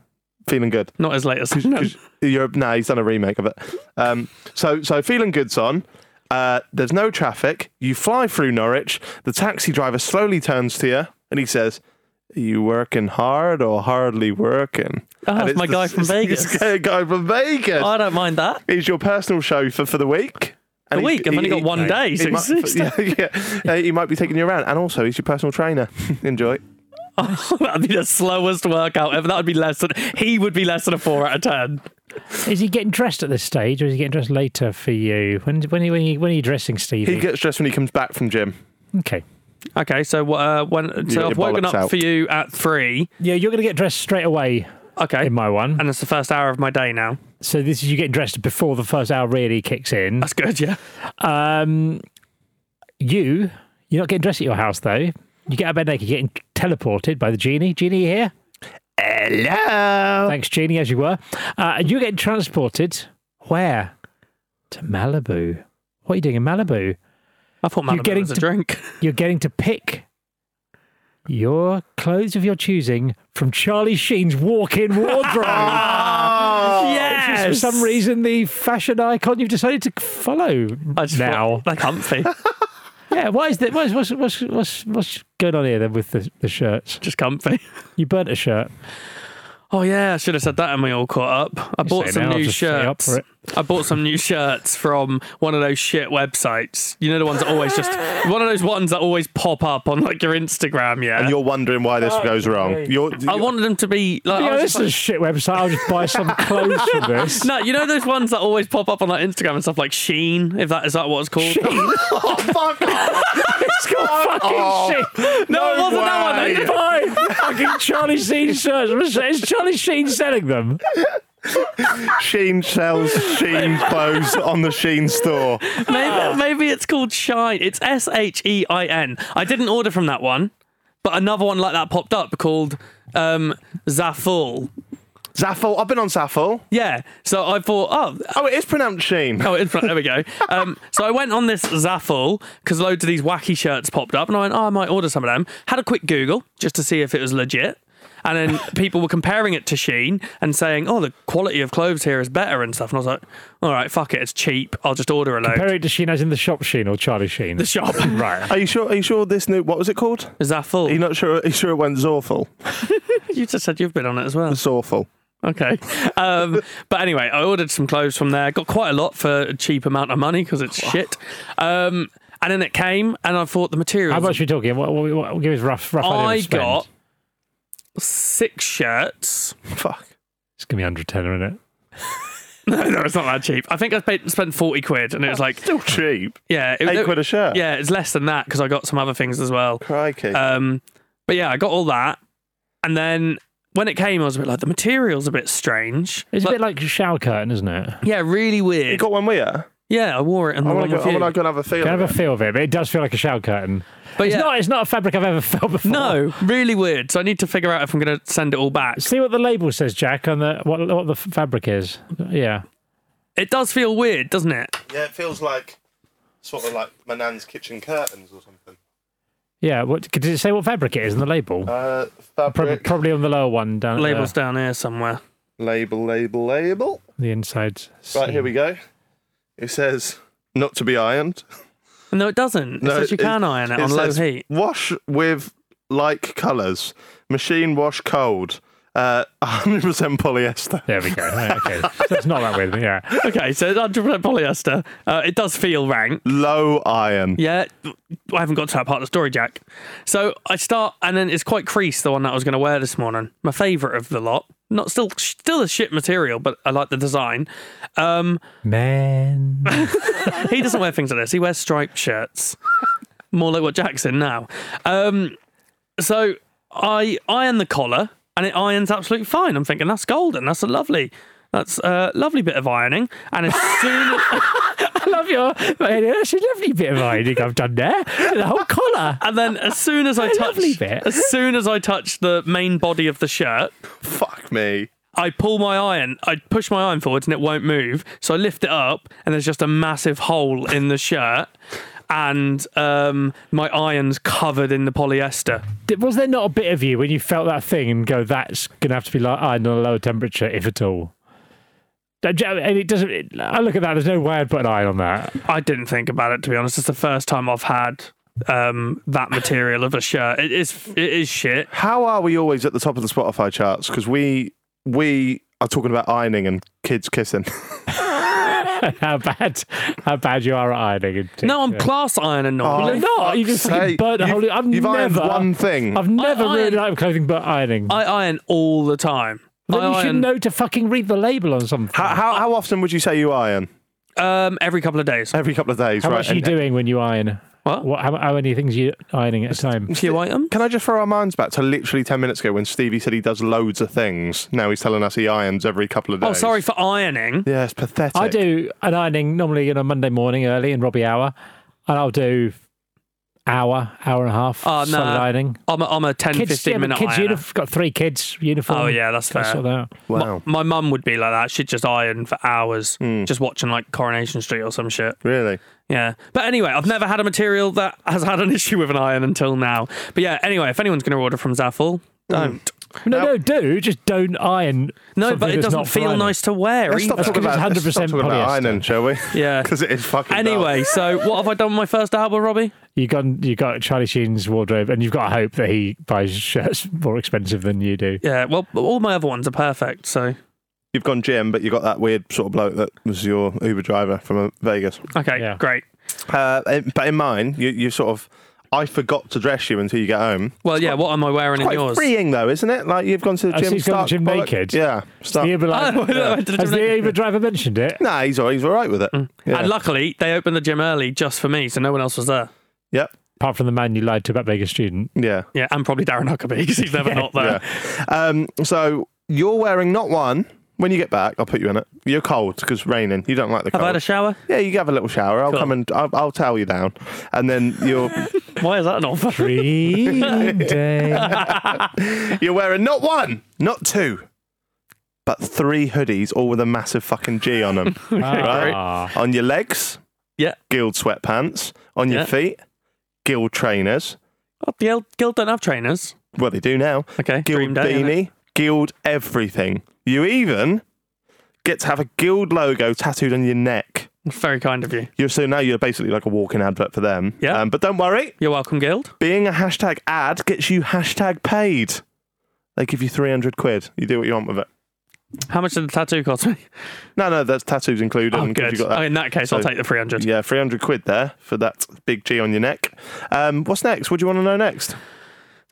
C: feeling good.
E: Not his latest.
C: Cause,
E: No.
C: 'cause you're, nah, he's done a remake of it. Um, so, so feeling good's on. Uh, there's no traffic. You fly through Norwich. The taxi driver slowly turns to you and he says, "Are you working hard or hardly working?"
E: Oh,
C: And
E: it's my guy from
C: it's
E: Vegas.
C: the guy from Vegas.
E: I don't mind that.
C: He's your personal chauffeur for the week. And
E: The
C: he's-
E: week? I've only got one day,
C: he
E: so
C: might-
E: it's-
C: yeah, yeah. Uh, he might be taking you around, and also he's your personal trainer. Enjoy.
E: That'd be the slowest workout ever. That would be less than he would be less than a four out of ten.
D: Is he getting dressed at this stage, or is he getting dressed later for you? When when are you- when are you, when are you dressing, Stevie?
C: He gets dressed when he comes back from gym.
D: okay.
E: Okay, so uh, when so
C: your
E: I've woken
C: bollocks
E: up
C: out.
E: for you at three.
D: Yeah, you're going to get dressed straight away
E: Okay,
D: in my one.
E: and it's the first hour of my day now.
D: so this is you getting dressed before the first hour really kicks in.
E: That's good. Yeah,
D: Um, you you're not getting dressed at your house though. You get out of bed naked, you're getting teleported by the genie. Genie, you here?
C: Hello.
D: Thanks, Genie, as you were. Uh, and you're getting transported where? To Malibu. What are you doing in Malibu?
E: I thought Malibu
D: getting
E: was a
D: to-
E: drink.
D: You're getting to pick your clothes of your choosing from Charlie Sheen's walk-in wardrobe.
E: Oh, yes.
D: For some reason, the fashion icon you've decided to follow
E: I just
D: now.
E: thought, like comfy,
D: yeah, why is that? What's, what's, what's, what's, what's going on here then with the, the shirts?
E: just comfy.
D: You burnt a shirt.
E: Oh yeah, I should have said that, and we all caught up. I bought
D: say
E: some
D: now, I'll
E: new
D: just stay up
E: shirts.
D: for it.
E: I bought some new shirts from one of those shit websites. You know the ones that always just one of those ones that always pop up on like your Instagram. Yeah,
C: And you're wondering why this goes wrong. You're,
E: I wanted them to be like. Oh, I
D: Yeah,
E: was
D: this
E: just
D: is a shit website. I'll just buy some clothes from this.
E: like- no, you know those ones that always pop up on like Instagram and stuff like Sheen, if that is that what it's called.
C: oh, fuck off.
D: It's got fucking
C: Oh.
D: shit.
E: No, it wasn't that one.
C: way.
E: They-
D: Buy fucking Charlie Sheen shirts. I'm just saying, Is Charlie Sheen selling them?
C: Sheen sells Sheen clothes on the Sheen store.
E: Maybe, maybe it's called Shine. It's S H E I N. I didn't order from that one, but another one like that popped up called um, Zaful.
C: Zaffel, I've been on Zaffel.
E: Yeah. So I thought, oh,
C: Oh, it is pronounced Sheen.
E: oh, in front. There we go. Um, so I went on this Zaffle because loads of these wacky shirts popped up, and I went, oh, I might order some of them. Had a quick Google just to see if it was legit. And then people were comparing it to Sheen and saying, "Oh, the quality of clothes here is better and stuff." And I was like, "All right, fuck it, it's cheap. I'll just order a load."
D: Perry Sheen as in the shop Sheen or Charlie Sheen?
E: the shop, right?
C: Are you sure? Are you sure this new? What was it called? Are you
E: Zaffle.
C: not sure? Are you sure it went Zorful?
E: You just said you've been on it as well.
C: It's awful.
E: Okay. Um, but anyway, I ordered some clothes from there. Got quite a lot for a cheap amount of money because it's shit. Um, and then it came, and I thought the materials.
D: How much are we talking? What, what, what, give us rough, rough idea. of
E: I
D: spend.
E: got six shirts.
C: Fuck.
D: It's gonna be under ten, isn't it?
E: No, no, it's not that cheap. I think I paid, spent forty quid, and it was like,
C: Still cheap.
E: yeah, it,
C: Eight quid a shirt.
E: Yeah, it's less than that because I got some other things as well.
C: Crikey.
E: Um, but yeah, I got all that, and then when it came, I was a bit like, the materials a bit strange.
D: It's
E: Like-
D: a bit like a shower curtain, isn't it?
E: yeah, really
C: you
E: weird.
C: got one with you?
E: yeah, I wore it and
C: I
E: the
C: want
E: one
C: to
E: with
C: go. I
E: you.
C: want to go and have a feel.
D: Can I
C: of
D: have a
C: it.
D: feel of it, but it does feel like a shower curtain.
E: But
D: It's
E: yeah,
D: not. It's not a fabric I've ever felt before.
E: No, really weird. So I need to figure out if I'm going to send it all back.
D: See what the label says, Jack, on the what, what the f- fabric is. Yeah.
E: It does feel weird, doesn't it?
C: Yeah, it feels like sort of like my nan's kitchen curtains or something.
D: Yeah. What did it say? What fabric it is in the label?
C: Uh,
D: probably,
C: fabric
D: probably on the lower one down at
E: Labels
D: the,
E: down here somewhere.
C: label, label, label.
D: the inside.
C: Right
D: seam.
C: here we go. It says not to be ironed.
E: No, it doesn't. It says you can iron it, on low
C: says,
E: heat.
C: Wash with like colours. Machine wash cold. Uh, 100% polyester.
D: There we go. Right, okay. so it's not that weird. Yeah.
E: Okay, so it's 100% polyester. Uh, it does feel rank.
C: Low iron.
E: Yeah, I haven't got to that part of the story, Jack. So I start, and then it's quite creased, the one that I was going to wear this morning. My favourite of the lot. Not still, still a shit material, but I like the design. Um,
D: Man.
E: he doesn't wear things like this. He wears striped shirts, more like what Jack's in now. Um, so I iron the collar, and it irons absolutely fine. I'm thinking that's golden. That's a lovely. That's a lovely bit of ironing. And as soon,
D: I love your. That's a lovely bit of ironing I've done there. The whole collar.
E: and then as soon as I touch,
D: Lovely bit.
E: as soon as I touch the main body of the shirt,
C: Fuck me.
E: I pull my iron. I push my iron forwards, and it won't move. So I lift it up, and there's just a massive hole in the shirt. And um, my iron's covered in the polyester.
D: Did- Was there not a bit of you when you felt that thing and go, that's going to have to be like ironed on a lower temperature, if at all? That- And it doesn't. It, I look at that. There's no way I'd put an iron on that.
E: I didn't think about it to be honest. It's the first time I've had um, that material of a shirt. It is it is shit.
C: How are we always at the top of the Spotify charts? Because we we are talking about ironing and kids kissing.
D: how bad? How bad you are at ironing? and t-
E: No, I'm
D: yeah.
E: class ironing
C: Oh,
E: normally.
D: You're not. You just
C: fuck's
D: fucking
C: sake.
D: burnt the
C: You've-
D: whole. I've
C: you've ironed
D: never
C: one thing.
D: I've never
E: I
D: really
E: iron-
D: liked clothing but ironing.
E: I iron all the time.
D: then
E: I
D: you should
E: iron,
D: know to fucking read the label on something.
C: How, how, how often would you say you iron?
E: um, every couple of days.
C: Every couple of days,
D: How
C: right?
D: much are you
C: And-
D: doing when you iron?
E: What?
D: What? How, how many things are you ironing at a time?
E: Few items.
C: Can I just throw our minds back to literally 10 minutes ago when Stevie said he does loads of things? Now he's telling us he irons every couple of days.
E: Oh, sorry for ironing.
C: Yeah, it's pathetic.
D: I do an ironing normally on a Monday morning early in Robbie hour, and I'll do hour, hour and a half
E: Oh, no.
D: solid ironing.
E: I'm a, I'm a 10,
D: Kids,
E: 15
D: yeah, but
E: minute
D: kids
E: ironer.
D: unif- got three kids uniform.
E: Oh, yeah, that's
D: gotta
E: fair.
D: sort that out.
C: Wow.
E: My mum would be like that. She'd just iron for hours, just watching like Coronation Street or some shit.
C: really?
E: Yeah. But anyway, I've never had a material that has had an issue with an iron until now. But yeah, anyway, if anyone's going to order from Zaffle, don't.
D: No,
C: Now-
D: no, do just don't iron.
E: No,
D: something
E: but it
D: that's
E: doesn't
D: not
E: feel
D: Friday.
E: nice to wear.
C: Let's stop
E: either.
D: That's
C: talking
D: because
C: about,
D: it's
C: let's stop
D: 100%
C: talking about
D: polyester.
C: ironing, shall we?
E: Yeah.
C: Because it is fucking. dull.
E: Anyway, so what have I done with my first album, Robbie?
D: You got you got Charlie Sheen's wardrobe, and you've got to hope that he buys shirts more expensive than you do.
E: Yeah, well, all my other ones are perfect. So,
C: You've gone Jim, but you got that weird sort of bloke that was your Uber driver from uh, Vegas.
E: okay,
D: Yeah.
E: great.
C: Uh, in- but in mine, you, you sort of, I forgot to dress you until you get home.
E: Well, yeah, what am I wearing in
C: Quite
E: yours?
C: freeing though, isn't it? Like you've gone to the
D: Oh, so
C: gym.
D: he's gone to
C: stark
D: the gym
C: bollock-
D: naked?
C: Yeah.
D: The
C: Stark-
D: Uber
E: Oh,
D: like,
E: I went to the gym
D: has the
E: naked.
D: Uber driver mentioned it?
C: Nah, he's all, he's all right with it.
E: Mm.
C: Yeah.
E: And luckily, they opened the gym early just for me, so no one else was there.
C: Yep.
D: Apart from the man you lied to about being a student.
C: Yeah.
E: Yeah, and probably Darren Huckabee because he's never not there.
C: Yeah. Um, so you're wearing not one. When you get back, I'll put you in it. You're cold because it's raining. You don't like the
E: Have
C: cold.
E: I had a shower?
C: yeah, you have a little shower. I'll
E: Cool.
C: come and I'll, I'll towel you down, and then you're
E: Why is that an offer?
D: Dream day.
C: you're wearing not one, not two, but three hoodies, all with a massive fucking G on them.
D: Ah.
C: right on your legs,
E: Yeah.
C: guild sweatpants. On your
E: Yeah.
C: feet, guild trainers.
E: Oh, the Guild- Guild don't have trainers.
C: Well, they do now.
E: Okay,
C: Guild
E: dream day, innit?
C: beanie, guild everything. You even get to have a guild logo tattooed on your neck.
E: Very kind of you.
C: You're, so now you're basically like a walking advert for them.
E: Yeah.
C: Um, but don't worry,
E: You're welcome, Guild.
C: being a hashtag ad gets you hashtag paid. They give you 300 quid. You do what you want with it.
E: How much did the tattoo cost me?
C: No, no, that's tattoos included.
E: Oh,
C: and 'cause
E: good.
C: you got that.
E: Oh, in that case, I'll
C: So-
E: take the 300.
C: Yeah, 300 quid there for that big G on your neck. Um, what's next? What do you want to know next?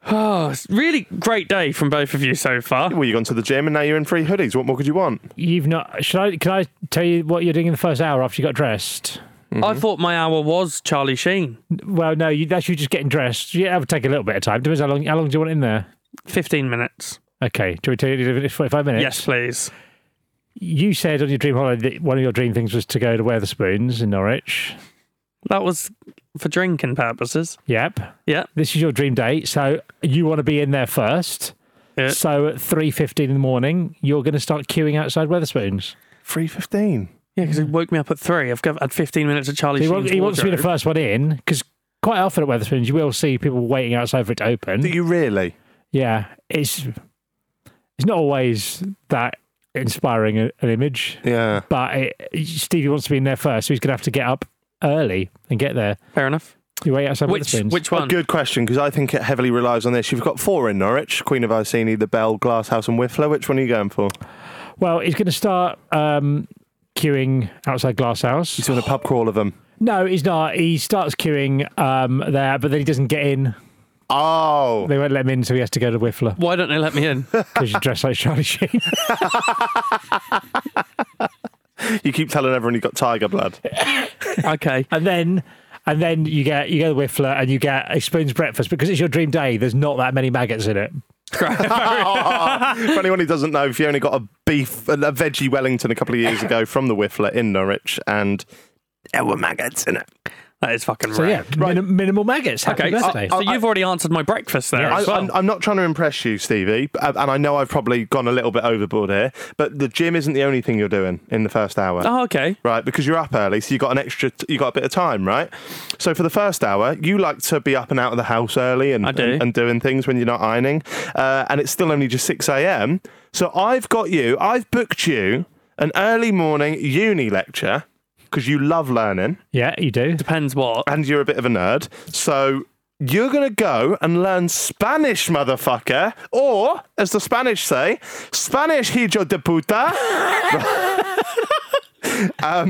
E: Oh, it's really great day from both of you so far.
C: Well, you've gone to the gym and now you're in free hoodies. What more could you want?
D: You've not. Should I? Can I tell you what you're doing in the first hour after you got dressed?
C: Mm-hmm.
E: I thought my hour was Charlie Sheen.
D: Well, no, you, that's you just getting dressed. Yeah, it would take a little bit of time. Depends how long. How long do you want in there?
E: 15 minutes.
D: Okay. Do we tell you forty-five minutes?
E: Yes, please.
D: You said on your dream holiday that one of your dream things was to go to Weatherspoons in Norwich.
E: That was for drinking purposes.
D: Yep.
E: Yeah.
D: This is your dream date, so you want to be in there first.
E: Yeah.
D: So at three fifteen in the morning, you're going to start queuing outside Weatherspoons.
C: 315.
E: Yeah, because he woke me up at three. I've got, had 15 minutes of Charlie
D: He,
E: Sheen's
D: wa- he wants to be the
E: wardrobe.
D: first one in because quite often at Weatherspoons you will see people waiting outside for it to open.
C: Do you really?
D: yeah, it's it's not always that inspiring a, an image,
C: Yeah.
D: but it, Stevie wants to be in there first, so he's going to have to get up early and get there.
E: Fair enough.
D: You wait outside
E: Which
D: Weatherspoons.
E: which one?
C: Good question, because I think it heavily relies on this. You've got four in Norwich Queen of Iceni, The Bell, Glasshouse, and Whiffler. Which one are you going for?
D: Well, he's going to start um, queuing outside Glasshouse.
C: He's doing a pub crawl of them.
D: No, he's not. He starts queuing um, there, but then he doesn't get in.
C: Oh.
D: They won't let him in, so he has to go to Whiffler
E: Why don't they let me in?
D: because you dress like Charlie Sheen.
C: You keep telling everyone you've got tiger blood.
E: okay.
D: and then, and then you get you go to Whiffler and you get a spoon's breakfast because it's your dream day. There's not that many maggots in it.
C: For anyone who doesn't know, Fiona got a beef, a veggie Wellington a couple of years ago from the Whiffler in Norwich, and there were maggots in it.
E: That is fucking
D: So
E: right.
D: yeah, minim- minimal maggots. Happy
E: Okay, so,
D: birthday.
E: so you've already answered my breakfast there
C: I,
E: as well.
C: I'm, I'm not trying to impress you, Stevie, b- and I know I've probably gone a little bit overboard here, but the gym isn't the only thing you're doing in the first hour.
E: oh, okay.
C: right? Because you're up early, so you got an extra, you got a bit of time, right? So for the first hour, you like to be up and out of the house early and
E: I do.
C: and, and doing things when you're not ironing, uh, and it's still only just six a.m. So I've got you, I've booked you an early morning uni lecture because you love learning
D: yeah, you do.
E: Depends what.
C: and you're a bit of a nerd. So. You're gonna go and learn Spanish, motherfucker, or as the Spanish say, Spanish hijo de puta.
D: Has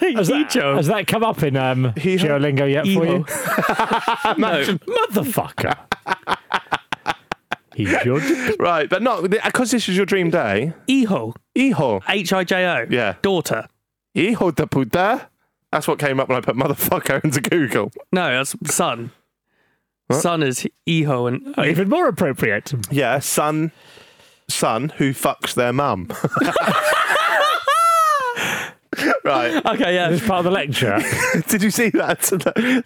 D: that,
E: Hijo.
D: has that come up in um,
C: Hijo.
D: Geolingo yet for
E: Hijo.
D: you? Motherfucker. He's your
C: right, but not because this is your dream day.
E: Hijo.
C: Hijo.
E: H I J O.
C: Yeah.
E: Daughter.
C: Hijo de puta. That's what came up when I put motherfucker into Google.
E: No, that's son. Son is hijo and
D: Oh, even more appropriate.
C: Yeah, son, son who fucks their mum. right.
E: okay, yeah.
D: It's part of the lecture.
C: Did you see that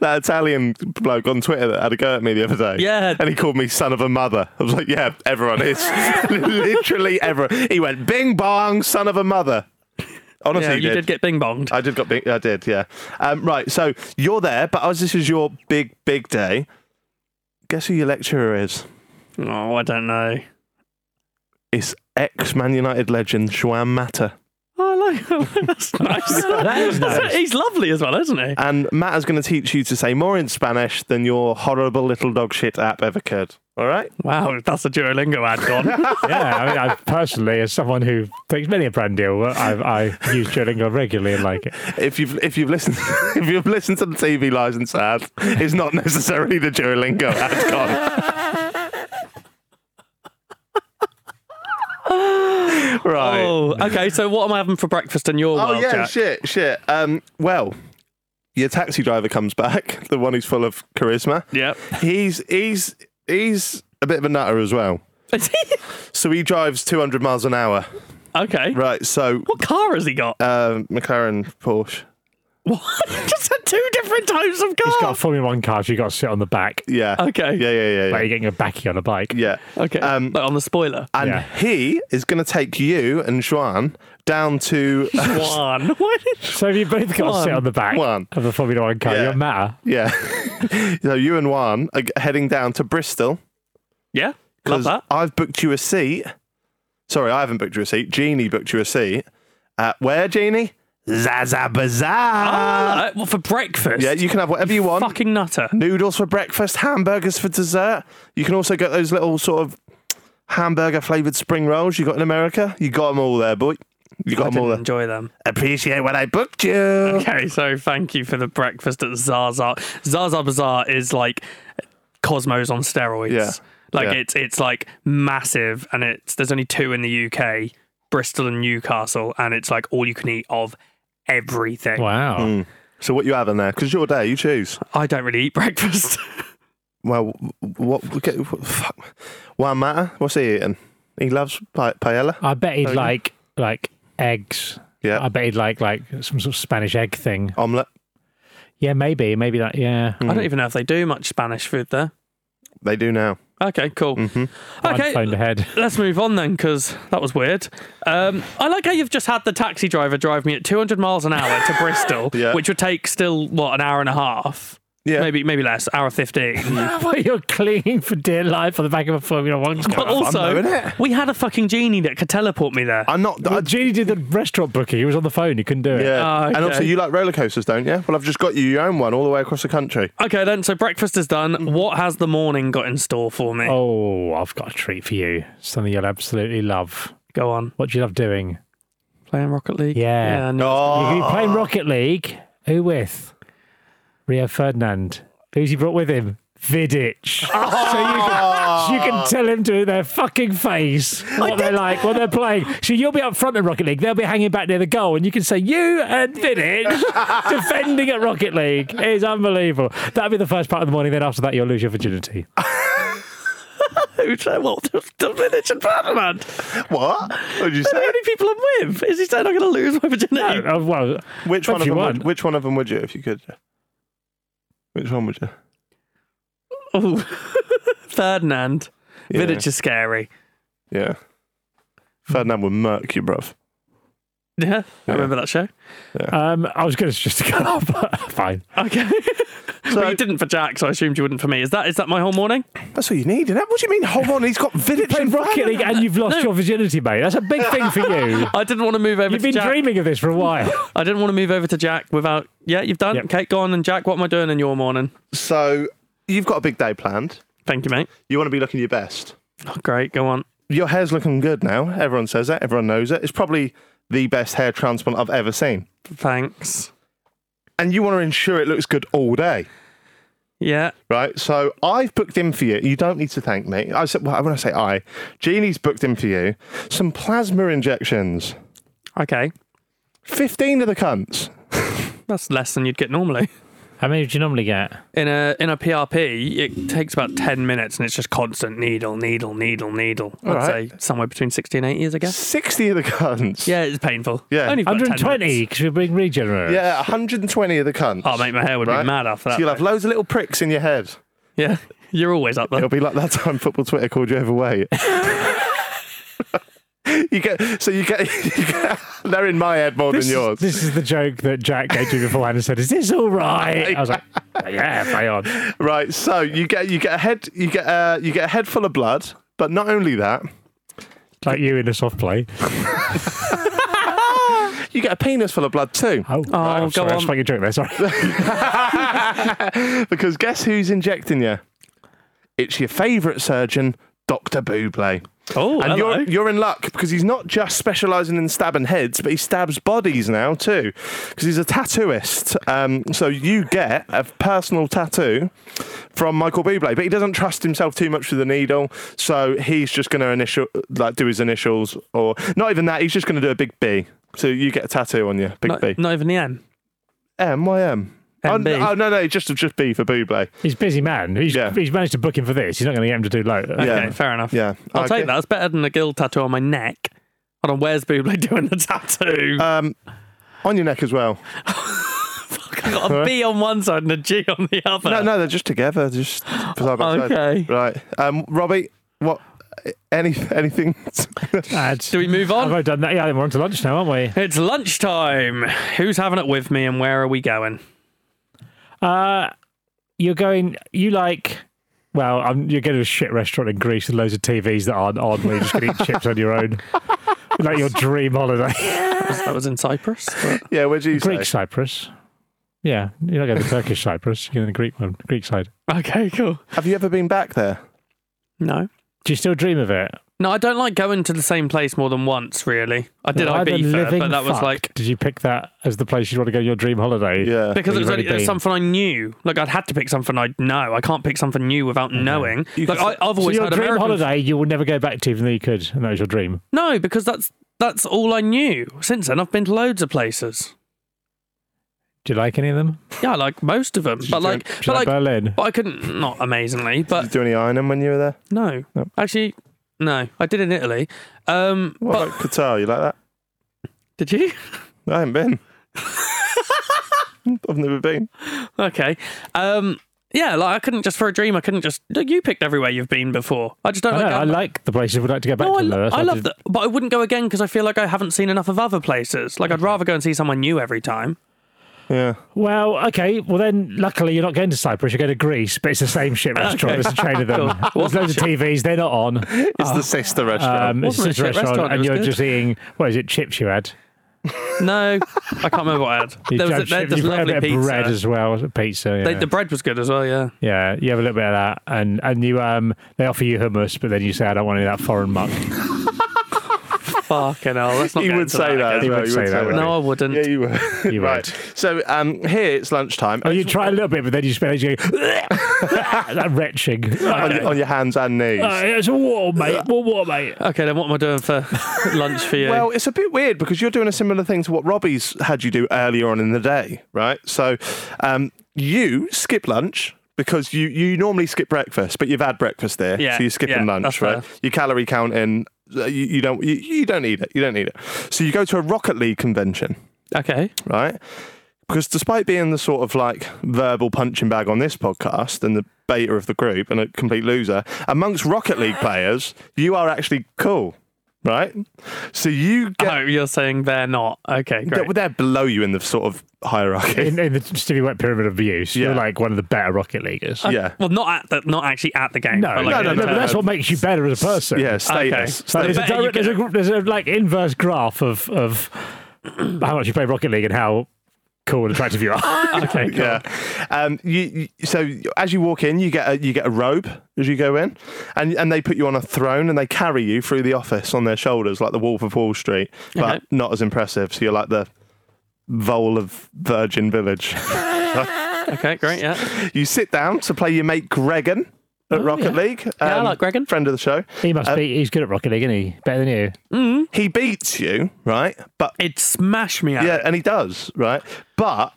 C: that Italian bloke on Twitter that had a go at me the other day?
E: Yeah.
C: And he called me son of a mother. I was like, yeah, everyone is. Literally everyone. He went, bing bong, son of a mother. Honestly, he
E: Yeah, you
C: did.
E: did get bing bonged.
C: I did got big. I did, yeah. Um, right, so you're there, but as this is your big, big day, guess who your lecturer is?
D: Uh,
E: Oh, I don't know.
C: It's ex Man United legend Joan Mata.
E: Oh, I like, I like- that's nice.
B: That is nice.
E: He's lovely as well, isn't he?
D: Uh,
C: And Mata's going to teach you to say more in Spanish than your horrible little dog shit app ever could. All right?
E: Wow, that's a Duolingo ad gone.
D: yeah, I mean, I personally, as someone who takes many a brand deal, I, I use Duolingo regularly and like it.
C: If you've if you've listened if you've listened to the TV license ad, it's not necessarily the Duolingo ad. Gone. right.
E: oh, okay. So what am I having for breakfast in your
C: Oh
E: world,
C: yeah,
E: Jack?
C: shit, shit. Um, well, your taxi driver comes back, the one who's full of charisma.
E: Yep.
C: He's he's he's a bit of a nutter as well. So he drives 200 miles an hour.
E: okay.
C: Right. So
E: What car has he got?
C: um, McLaren, Porsche.
E: What? Just had two different types of
D: It's got a
E: car.
D: Formula One car, so you got to sit on the back.
C: Oh. Yeah.
E: Okay.
C: Yeah, yeah, yeah, yeah.
D: Like you're getting a backy on a bike.
C: yeah.
E: okay.
C: Um,
E: Like on the spoiler.
C: and
D: Yeah.
C: he is going to take you and Juan down to
E: One. Why did-
D: So you both got to sit
E: One.
D: on the back
C: One.
D: of the Formula One car.
C: Yeah.
D: It doesn't matter.
C: yeah. so you and Juan are g- heading down to Bristol.
E: yeah. Love
C: because
E: that.
C: I've booked you a seat. Sorry, I haven't booked you a seat. Jeannie booked you a seat. At where, Jeannie? Zaza Bazaar.
E: Ah, well, for breakfast.
C: uh, yeah, you can have whatever you want.
E: Fucking nutter.
C: Noodles for breakfast, hamburgers for dessert. You can also get those little sort of hamburger flavored spring rolls you got in America. You got them all there, boy. You got
E: I
C: them all
E: didn't
C: there.
E: enjoy them.
C: Appreciate what I booked you.
E: Okay, so thank you for the breakfast at Zaza. Zaza Bazaar is like Cosmos on steroids.
C: Yeah.
E: Like
C: Yeah.
E: it's it's like massive and it's there's only two in the UK, Bristol and Newcastle, and it's like all you can eat of everything.
D: Wow.
C: Hmm. So what you having there? Because your day, you choose.
E: I don't really eat breakfast.
C: Well, what? okay, what fuck. One matter. What's he eating? He loves pa- paella.
D: I bet he'd
C: Okay.
D: like like eggs.
C: Yeah.
D: I bet he'd like like some sort of Spanish egg thing.
C: Omelette.
D: Yeah, maybe, maybe that. Yeah,
C: Hmm.
E: I don't even know if they do much Spanish food there.
C: They do now.
E: Okay, cool.
D: I'd phoned
E: Okay,
D: ahead.
E: let's move on then because that was weird. Um, I like how you've just had the taxi driver drive me at 200 miles an hour to Bristol,
C: Yeah.
E: which would take still what an hour and a half.
C: Yeah.
E: maybe maybe less, hour fifteen.
D: Well, you're clinging for dear life on the back of a Formula One car.
E: but
C: though,
E: also,
C: innit?
E: we had a fucking genie that could teleport me there.
C: I'm not. I,
D: Well, Genie did the restaurant booking. He was on the phone. He couldn't do it.
C: yeah.
E: Oh,
C: And also,
E: okay.
C: you like roller coasters, don't you? Well, I've just got you your own one all the way across the country.
E: Okay, then. So breakfast is
C: Mm.
E: done. What has the morning got in store for me?
D: Oh, I've got a treat for you. Something you'll absolutely love.
E: Go on,
D: What do you love doing?
E: playing Rocket League.
D: Yeah.
E: I knew-
C: Oh,
D: You're playing Rocket League. Who with? Rio Ferdinand. Who's he brought with him? Vidic. So you can, you can tell him to their fucking face what they're like, what they're playing. So you'll be up front in Rocket League. They'll be hanging back near the goal, and you can say, You and Vidic defending at Rocket League. It is unbelievable. That'll be the first part of the morning. Then after that, you'll lose your virginity.
C: Oh.
E: Who's that? Well, the the village and Ferdinand.
C: what? What did you
E: How
C: say?
E: many people I'm with? Is he saying I'm going to lose my virginity?
D: Oh, well,
C: Which one of
D: What do you
C: them?
D: want?
C: Would, which one of them would you, if you could? Which one would you?
E: Oh, Ferdinand.
C: Yeah.
E: Village is scary.
C: Yeah. Ferdinand would murk you, bruv.
E: Yeah, I remember that show.
D: um, I was going to just go, but fine.
E: Okay.
C: So-
E: well, you didn't for Jack, so I assumed you wouldn't for me. Is that is that my whole morning?
C: That's what you need, innit? What do you mean? Hold on, he's got village
D: Playing
C: and
D: Rocket League, and you've lost your virginity, mate. That's a big thing for you.
E: I didn't want to move over
D: You've
E: to
D: been
E: Jack.
D: dreaming of this for a while.
E: I didn't want to move over to Jack without. Yeah, you've done.
D: Yep.
E: Okay, go on. And Jack, what am I doing in your morning?
C: So you've got a big day planned.
E: Thank you, mate.
C: You want to be looking your best.
E: Oh, great, go on.
C: Your hair's looking good now. Everyone says that. Everyone knows it. It's probably the best hair transplant I've ever seen.
E: Thanks.
C: And you want to ensure it looks good all day.
E: Yeah.
C: right? So I've booked in for you. You don't need to thank me. I said, well, when I say I, Jeannie's booked in for you some plasma injections.
E: Okay.
C: 15 of the cunts.
E: That's less than you'd get normally.
D: How many do you normally get?
E: In a in a PRP, it takes about ten minutes, and it's just constant needle, needle, needle, needle. I'd
C: right.
E: say somewhere between sixty and eighty, I guess.
C: 60 of the cunts.
E: Yeah, it's painful.
C: Yeah.
E: Only for about 10
D: 120
E: minutes.
D: because we're being regenerate.
C: Yeah, 120 of the cunts.
E: Oh, mate, my hair would
C: Right?
E: be mad
C: So
E: after that.
C: you'll have loads of little pricks in your head.
E: yeah, you're always up there.
C: It'll be like that time football Twitter called you overweight. you get so you get, you get they're in my head more
D: This,
C: than yours.
D: Is, this is the joke that Jack gave you beforehand and said, "Is this all right?" I was like, "Yeah, play on."
C: Right, uh, so you get you get a head you get a, you get a head full of blood, but not only that,
D: like you in a soft play.
C: You get a penis full of blood too.
D: Oh,
E: Oh,
D: I'm
E: go
D: sorry, I
E: on.
D: swung your drink there. Sorry.
C: Because guess who's injecting you? It's your favourite surgeon, Dr. Buble.
E: Oh,
C: And
E: hello.
C: you're, you're in luck because he's not just specialising in stabbing heads, but he stabs bodies now too. Because he's a tattooist. Um, so you get a personal tattoo from Michael Bublé, but he doesn't trust himself too much with the needle. So he's just going to initial, like, do his initials, or not even that. He's just going to do a big B. So you get a tattoo on you, big
E: not,
C: B.
E: not even the M.
C: M Y M. Oh,
E: MB.
C: no, oh, no, no, just just B for Bublé.
D: He's a busy man. He's,
C: Yeah.
D: he's managed to book him for this. He's not going to get him to do low.
C: Yeah.
E: Okay, fair enough.
C: Yeah. Oh,
E: I'll
C: Okay.
E: take that. That's better than a gill tattoo on my neck. Hold on, where's Buble doing the tattoo?
C: Um, on your neck as well.
E: I've got a B on one side and a G on the other.
C: No, no, they're just together, they're just side by side.
E: Okay.
C: Right, um, Robbie, what? Any anything?
D: Ads.
E: Do we move
D: I've
E: on?
D: already done that. Yeah, then we're on to lunch now, aren't we?
E: It's lunchtime. Who's having it with me and where are we going?
D: Uh, you're going. You like. Well, um, you're going to a shit restaurant in Greece with loads of TVs that aren't on. Where you're just going to eat chips on your own. Like your dream holiday,
E: That was in Cyprus. but-
C: yeah, where'd you
D: Greek
C: say?
D: Cyprus. Yeah, you're not going to Turkish Cyprus. You're going to the Greek one, Greek side.
E: okay, cool.
C: Have you ever been back there?
E: No.
D: Do you still dream of it?
E: No, I don't like going to the same place more than once, really. I did
D: Why the
E: Ibiza,
D: living
E: but that was
D: fuck
E: like.
D: Did you pick that as the place you'd want to go on your dream holiday?
C: Yeah,
E: Because it
D: But
E: was,
D: you've already
E: only, it was
D: been.
E: something I knew. Like, I'd had to pick something I'd know. I can't pick something new without knowing. like, I, I've
D: So
E: always
D: your
E: had
D: dream
E: American
D: holiday you will never go back to, even though you could, and that was your dream.
E: No, because that's that's all I knew. Since then, I've been to loads of places.
D: Do you like any of them?
E: Yeah, I like most of them, but like,
D: Do you
E: but
D: like
E: like,
D: Berlin?
E: but I couldn't. Not amazingly,
C: Did you
E: but
C: do any ironing when you were there?
E: no,
C: No.
E: actually, no, I did in Italy. Um,
C: What
E: but
C: about Qatar? You like that?
E: did you?
C: I haven't been. I've never been.
E: Okay. Um, yeah, like I couldn't just for a dream. I couldn't just. Look, you picked everywhere you've been before. I just don't
D: I,
E: like.
D: know, I
E: going-
D: like the places we'd like to go back
E: No, I,
D: to. though.
E: lo-
D: That's
E: I
D: why
E: love
D: did-
E: that, but I wouldn't go again because I feel like I haven't seen enough of other places. Like I'd rather go and see someone new every time.
C: Yeah.
D: Well, okay. Well, then luckily you're not going to Cyprus. You're going to Greece, but it's the same shit restaurant. There's a chain of them. There's loads of TVs. They're not on.
C: It's the sister
E: Uh,
C: restaurant.
D: Um, it's
E: Wasn't
D: just a
E: it a shit
D: restaurant,
E: restaurant? It
D: and
E: was
D: you're
E: good.
D: just eating. What is it? Chips you had?
E: No, I can't remember what I had.
D: You
E: there was
D: had
E: a, there,
D: chips,
E: there's
D: you had a
E: lovely
D: bit
E: pizza.
D: of bread as well. Pizza. Yeah.
E: They- the bread was good as well. Yeah.
D: yeah, you have a little bit of that, and and you um they offer you hummus, but then you say I don't want any of that foreign muck.
E: Fucking hell, let's not
C: He
E: get
C: would
E: into
C: say that.
E: again.
C: as
D: He
C: well,
D: would say that,
E: No,
C: Yeah,
E: I wouldn't.
C: you were.
D: You
C: right. So um, here it's lunchtime.
D: Oh, you try a little bit, but then you spend you go, that retching.
C: on,
D: Okay.
C: on your hands and knees.
D: Uh, it's a water, mate. What water, mate?
E: Okay, then what am I doing for lunch for you?
C: Well, it's a bit weird because you're doing a similar thing to what Robbie's had you do earlier on in the day, right? So um, you skip lunch because you, you normally skip breakfast, but you've had breakfast there,
E: Yeah,
C: so you're skipping
E: yeah,
C: lunch,
E: that's
C: right?
E: fair.
C: Your calorie counting, uh, you, you don't you, you don't need it, you don't need it. So you go to a Rocket League convention,
E: okay.
C: right? Because despite being the sort of like verbal punching bag on this podcast and the beta of the group and a complete loser, amongst Rocket League players, you are actually cool, right? So you get
E: Oh, you're saying they're not. Okay,
C: they're,
E: great.
C: they're below you in the sort of hierarchy.
D: In, in the Stevie Wet pyramid of abuse,
C: Yeah.
D: you're like one of the better Rocket Leaguers.
C: yeah.
E: Well, not at the, not actually at the game.
D: No,
E: but like
D: no,
E: in
D: no, no, but
E: terms-
D: that's what makes you better as a person.
C: Yeah,
E: Okay.
C: status.
D: So there's a,
E: better you
D: direct, there's, a, there's a like inverse graph of of how much you play Rocket League and how cool and attractive you
E: Ah,
D: are. okay, cool.
C: Yeah. Um, you, you, so as you walk in, you get a, you get a robe as you go in, and and they put you on a throne and they carry you through the office on their shoulders like the Wolf of Wall Street, but
E: Okay.
C: not as impressive. So you're like the vole of Virgin Village.
E: Okay, great. Yeah.
C: you sit down to play your mate Gregan. At Rocket League,
E: Oh,
C: um,
E: I like Gregan.
C: friend of the show.
D: He must be. He's good at Rocket League, isn't he? Better than you.
C: He beats you, right? But
E: It smashed me out.
C: Yeah, and he does, right? But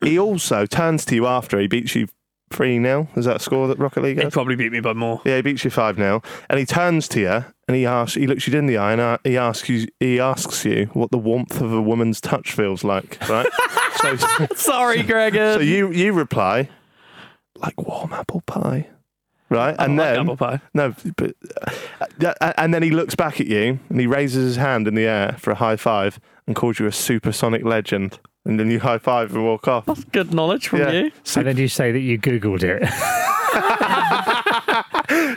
C: he also turns to you after he beats you 3 0. Is that a score that Rocket League
E: He
C: has?
E: probably beat me by more.
C: Yeah, he beats you 5 0. And he turns to you and he asks, he looks you in the eye and uh, he asks you, he asks you what the warmth of a woman's touch feels like, right? so,
E: Sorry, Gregor.
C: so you, you reply, like warm apple pie. Right, and
E: like
C: then
E: apple pie.
C: no, but uh, uh, and then he looks back at you and he raises his hand in the air for a high five and calls you a supersonic legend, and then you high five and walk off.
E: good knowledge from you.
D: And then you say that you Googled it.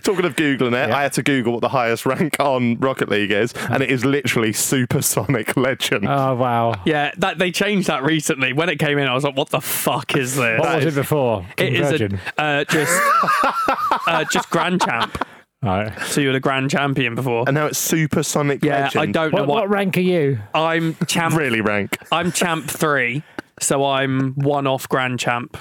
C: Talking of Googling it,
D: Yeah.
C: I had to Google what the highest rank on Rocket League is, and it is literally Supersonic Legend.
E: Uh,
D: Oh wow.
E: Yeah, that they changed that recently. When it came in, I was like, "What the fuck is this?"
D: What was it before?
E: It is
D: Convergent.
E: a, uh, just uh, just grand champ.
D: Right.
E: So you were the grand champion before.
C: and now it's Supersonic
E: yeah,
C: Legend.
E: I don't know
D: What,
E: what,
D: what rank are you?
E: I'm champ.
C: really rank.
E: I'm champ three, so I'm one off grand champ.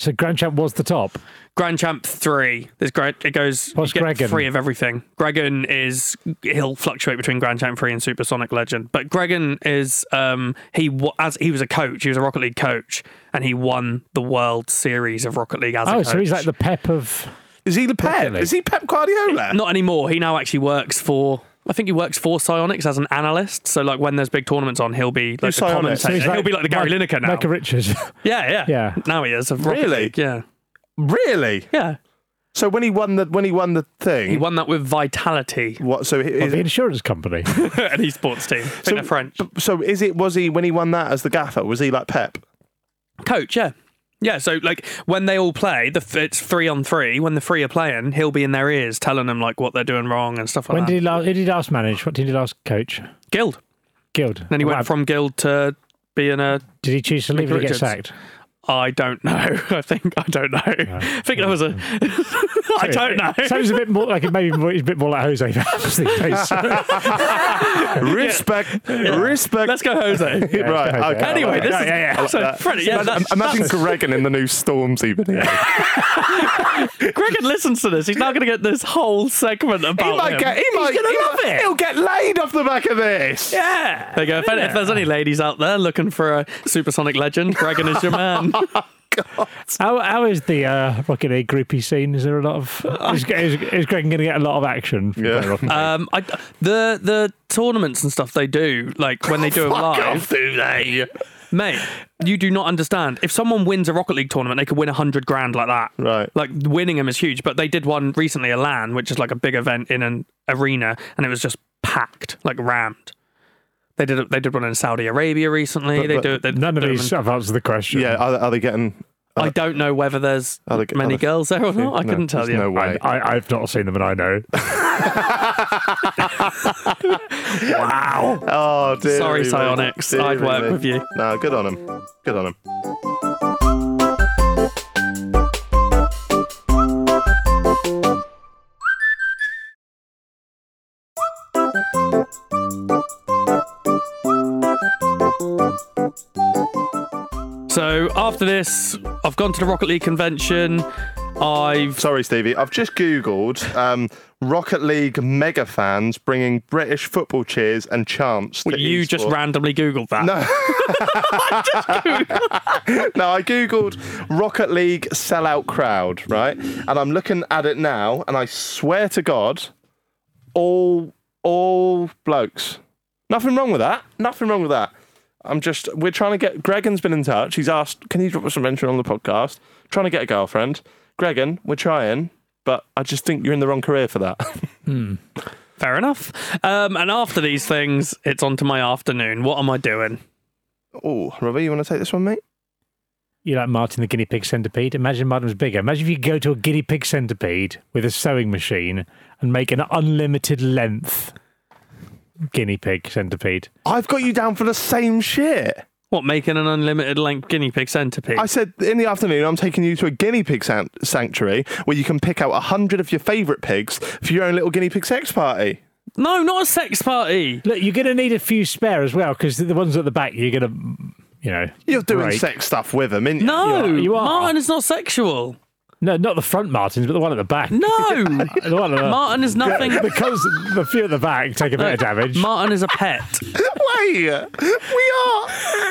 D: So Grand Champ was the top.
E: Grand champ three. There's Gre- it goes
D: What's
E: you get
D: Gregan?
E: three of everything. Gregan is he'll fluctuate between grand champ three and supersonic legend. But Gregan is um he wa- as he was a coach. He was a Rocket League coach, and he won the World Series of Rocket League as a
D: Oh,
E: coach.
D: so he's like the Pep of.
C: Is he the Pep?
D: Definitely.
C: Is he Pep Guardiola?
E: Not anymore. He now actually works for. I think he works for Psionics as an analyst. So like when there's big tournaments on, he'll be like
C: Who's
E: the
C: Psionics?
E: commentator.
D: he's
E: he'll be like the Gary
D: Mike-
E: Lineker now.
D: Micah Richards.
E: yeah, yeah,
D: Yeah.
E: Now he is. of Rocket
C: Really?
E: League, Yeah,
C: Really?
E: yeah.
C: So when he won the when he won the thing,
E: He won that with Vitality,
C: what? So he-
D: the
C: is,
D: insurance company.
E: an esports team. I think
C: So-
E: they're French.
C: b- so is it was he when he won that as the gaffer? Was he like Pep?
E: Coach, yeah. Yeah, so like when they all play, the f- it's three on three. When the three are playing, he'll be in their ears telling them like what they're doing wrong and stuff like
D: when
E: that.
D: did he last? Who did he last manage? What team did he last coach?
E: Guild.
D: Guild.
E: Then he
D: Wow.
E: went from Guild to being a
D: Did he choose to leave? or Did he get
E: Richards.
D: sacked?
E: I don't know. I think I don't know. I think that was a. I don't know.
D: Sounds a bit more like maybe more, he's a bit more like Jose. Vaz these days.
C: Respect, respect.
E: Let's go, Jose.
C: right.
D: go,
C: Okay.
D: okay.
E: Anyway, this
D: Yeah,
E: is
D: yeah, yeah.
E: so Freddie. Yeah,
C: Imagine,
E: that's,
C: imagine Gregan in the new Stormzy video.
E: Gregan listens to this. He's now going to get this whole segment about
C: he might
E: him.
C: get. He might.
E: Oh, He's going
C: he
E: to love
C: might-
E: it.
C: He'll get laid off the back of this.
E: Yeah. There you go. If, any- if there's any ladies out there looking for a supersonic legend, Gregan is your man.
D: how, how is the uh, Rocket League groupie scene? Is there a lot of? Is, is, is Greg going to get a lot of action? From
C: Yeah.
D: playing Rocket League?
E: um, I, the the tournaments and stuff they do, like when they do them
C: Oh, Fuck
E: live,
C: off, do they?
E: Mate, you do not understand. If someone wins a Rocket League tournament, they could win a hundred grand like that.
C: Right.
E: Like winning them is huge. But they did one recently, a LAN, which is like a big event in an arena, and it was just packed, like rammed. They did. A, they did one in Saudi Arabia recently.
C: But-
E: they
C: but
E: do. They
D: None of
E: do 'em
D: these
E: in-
D: have answered the question.
C: Yeah. Are, are they getting?
E: I don't know whether there's
C: Are they-
E: many
C: are they-
E: girls there or not. I
C: No,
E: couldn't tell
C: there's
E: you.
C: No
D: I,
C: way.
D: I, I've not seen them, and I know.
C: wow. Oh dear.
E: Sorry,
C: me,
E: Psionics.
C: dear
E: I'd work
C: me.
E: with you.
C: No, good on him. Good on him.
E: So after this, I've gone to the Rocket League convention. I've
C: Sorry, Stevie. I've just googled um, Rocket League mega fans bringing British football cheers and chants. to
E: you just
C: eSport.
E: randomly googled that. No.
C: No, I googled Rocket League sellout crowd, right? And I'm looking at it now, and I swear to God, all all blokes. Nothing wrong with that. Nothing wrong with that. I'm just we're trying to get Gregan's been in touch. He's asked, can you drop us a mention on the podcast? Trying to get a girlfriend. Gregan, we're trying, but I just think you're in the wrong career for that.
E: Fair enough. Um, and after these things, it's on to my afternoon. What am I doing?
C: oh, Robbie, you want to take this one, mate?
D: You like Martin the guinea pig centipede? Imagine Martin's bigger. Imagine if you could go to a guinea pig centipede with a sewing machine and make an unlimited length guinea pig centipede.
C: I've got you down for the same shit.
E: What, making an unlimited length guinea pig centipede?
C: I said in the afternoon, I'm taking you to a guinea pig san- sanctuary where you can pick out a hundred of your favourite pigs for your own little guinea pig sex party.
E: no, not a sex party.
D: Look, you're going to need a few spare as well because the ones at the back you're going to, you know,
C: You're doing
D: break.
C: sex stuff with them, is
E: No,
D: You are- you are.
E: Martin is not sexual.
D: No, not the front Martins, but the one at the back.
E: No,
D: the one at the
E: Martin is nothing.
D: because the few at the back take a bit of damage.
E: Martin is a pet.
C: Wait, we are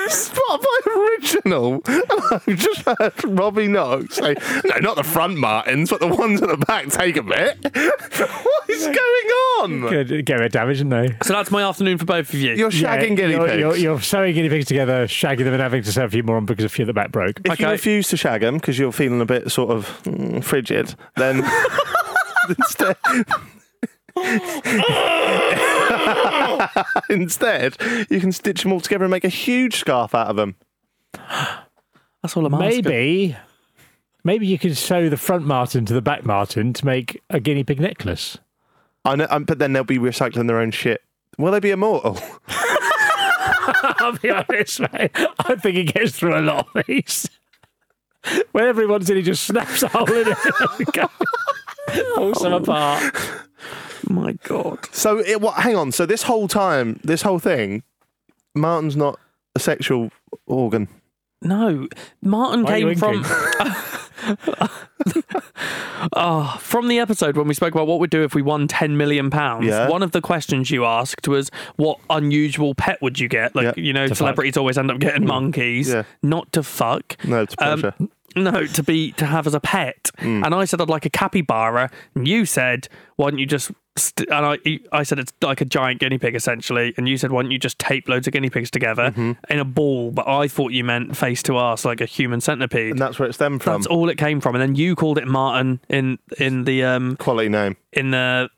C: Spotify original. I just heard Robbie Knox say, "No, not the front Martins, but the ones at the back take a bit." what is going on?
D: Gonna get a bit of damage, isn't they?
E: So that's my afternoon for both of you.
C: You're shagging guinea
D: you're,
C: pigs.
D: You're, you're sewing guinea pigs together, shagging them, and having to sew a few more on because a few at the back broke.
C: If you
E: Okay.
C: refuse to shag him because you're feeling a bit sort of mm, frigid, then instead. Instead, you can stitch them all together and make a huge scarf out of them.
E: That's all I'm asking.
D: Maybe, Maybe you could sew the front martin to the back martin to make a guinea pig necklace.
C: I know, um, but then they'll be recycling their own shit. Will they be immortal?
D: I'll be honest, mate. I think he gets through a lot of these. When everyone's in, he just snaps a hole in it. and goes- Pulls them apart.
E: My God.
C: So it what? Hang on. So this whole time, this whole thing, Martin's not a sexual organ.
E: No, Martin
D: Why are you
E: came from. oh, from the episode when we spoke about what we'd do if we won ten million pounds.
C: Yeah.
E: One of the questions you asked was, "What unusual pet would you get?" Like
C: Yeah. Mm.
E: you know,
D: fuck.
E: celebrities always end up getting monkeys.
C: Yeah.
E: Not to fuck.
C: No, it's
E: Um,
C: pleasure.
E: no, to be to have as a pet.
C: Mm.
E: And I said I'd like a capybara, and you said, "Why don't you just?" St-, and I, I said it's like a giant guinea pig essentially, and you said, "Why don't you just tape loads of guinea pigs together
C: Mm-hmm.
E: in a ball?" But I thought you meant face to ass, like a human centipede.
C: and that's um, where it stemmed from.
E: That's all it came from, and then you called it Martin in in the um
C: Quality name
E: in the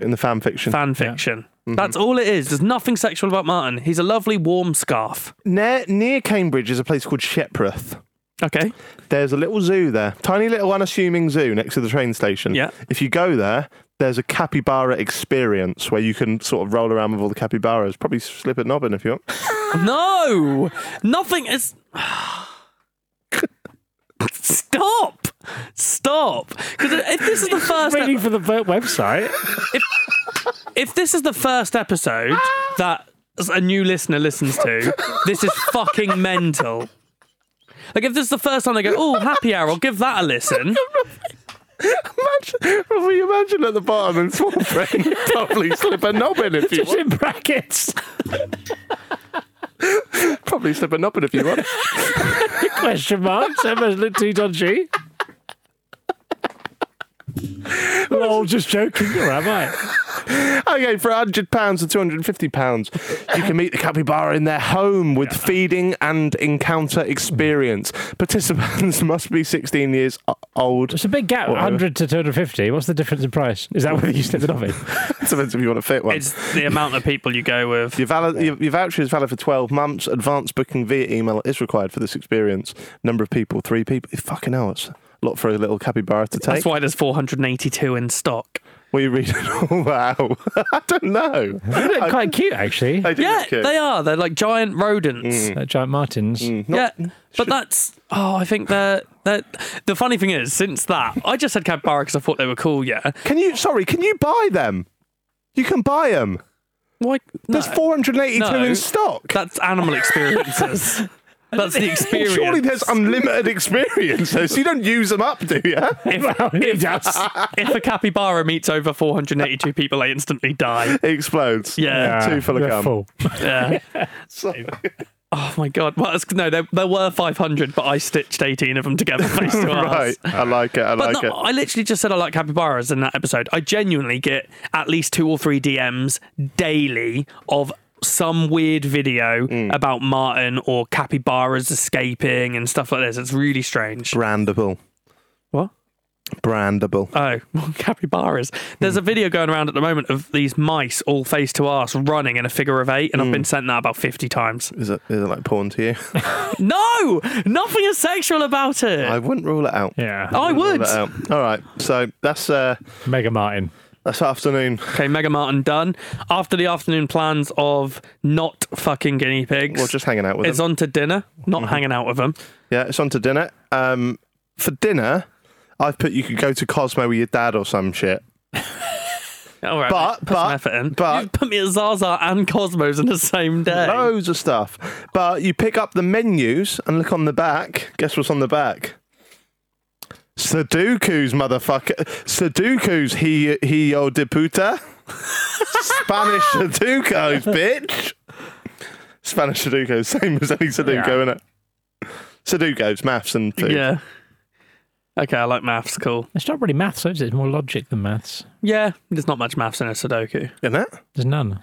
C: in Mm-hmm. the fan fiction.
E: fan fiction. That's all it is. There's nothing sexual about Martin. He's a lovely warm scarf.
C: near, near Cambridge is a place called Shepworth.
E: Okay.
C: There's a little zoo there, tiny little unassuming zoo next to the train station.
E: Yeah.
C: If you go there, there's a capybara experience where you can sort of roll around with all the capybaras. Probably slip a nobbin if you want.
E: No, nothing is. Stop! Stop! Because if this is the first,
D: Waiting for the Burt website.
E: if this is the first episode that a new listener listens to, this is fucking mental. Like if this is the first time they go, oh, happy hour, I'll give that a listen.
C: Imagine, will you imagine at the bottom and small print, probably slip a nobbin if you
D: Just
C: want.
D: in brackets.
C: Probably slip a nobbin if you want.
D: Question marks. Emma's looked too dodgy. Lol, just joking, or am I?
C: Okay, for hundred pounds or two hundred and fifty pounds, you can meet the capybara in their home with feeding and encounter experience. Participants must be sixteen years o- old.
D: It's a big gap,
C: Whatever.
D: 100 to 250. What's the difference in price? Is that whether you slip it off it?
C: Depends if you want to fit one.
E: It's the amount of people you go with.
C: Your, valid, your, your voucher is valid for twelve months. Advance booking via email is required for this experience. Number of people, three people. Fucking hell, it's a lot for a little capybara to take.
E: That's why there's 482 in stock.
C: Were you reading all that out? I don't know.
D: They look quite cute, actually.
C: They do
E: Yeah,
C: look cute.
E: they are. They're like giant rodents.
D: Uh, giant Martins.
C: Mm.
E: yeah, but that's oh, I think that that the funny thing is, since that I just said capybara because I thought they were cool. Yeah,
C: Can you? Sorry, can you buy them? You can buy them.
E: like
C: There's 482
E: No.
C: in stock.
E: that's animal experiences. that's the
C: Well,
E: experience.
C: surely there's unlimited experiences. You don't use them up, do you?
D: Well, it does.
E: if a capybara meets over 482 people, they instantly die.
C: It explodes.
E: Yeah.
C: Two full of
D: They're
C: gum.
D: full.
E: Yeah. Oh my god. Well, it's- no, there, there were 500, but I stitched 18 of them together face to
C: Right.
E: right.
C: I like it. I
E: But
C: like
E: no,
C: it.
E: I literally just said I like capybaras in that episode. I genuinely get at least two or three DMs daily of some weird video
C: Mm.
E: about Martin or capybaras escaping and stuff like this. It's really strange.
C: Brandable.
E: What?
C: Brandable.
E: Oh, well, capybaras. There's a
C: Hmm.
E: video going around at the moment of these mice all face to ass running in a figure of eight, and I've been
C: Hmm.
E: sent that about 50 times.
C: Is it, is it like porn to you?
E: No! Nothing is sexual about it.
C: I wouldn't rule it out.
D: Yeah.
E: I
C: Rule
E: would.
C: it out. All right. So that's uh,
D: Mega Martin.
C: that's afternoon.
E: Okay, Mega Martin done. After the afternoon plans of not fucking guinea pigs,
C: Well, just hanging out with
E: it's
C: them. Mm-hmm.
E: on to dinner, not hanging out with them.
C: yeah, it's on to dinner. Um, for dinner, I've put you could go to Cosmo with your dad or some shit.
E: All right,
C: But-
E: mate, put some
C: but-
E: effort in.
C: but-
E: you put me at Zaza and Cosmos in the same day.
C: Loads of stuff. But you pick up the menus and look on the back. Guess what's on the back? Sudoku's motherfucker. Sudoku's he he o de puta. Spanish Sudoku's bitch. Spanish Sudoku, same as any Sudoku,
D: Yeah.
C: innit? Sudoku's maths and food.
E: yeah. Okay, I like maths. Cool.
D: It's not really maths, is it? It's more logic than maths.
E: Yeah, there's not much maths in a Sudoku.
C: Isn't it?
D: There's none.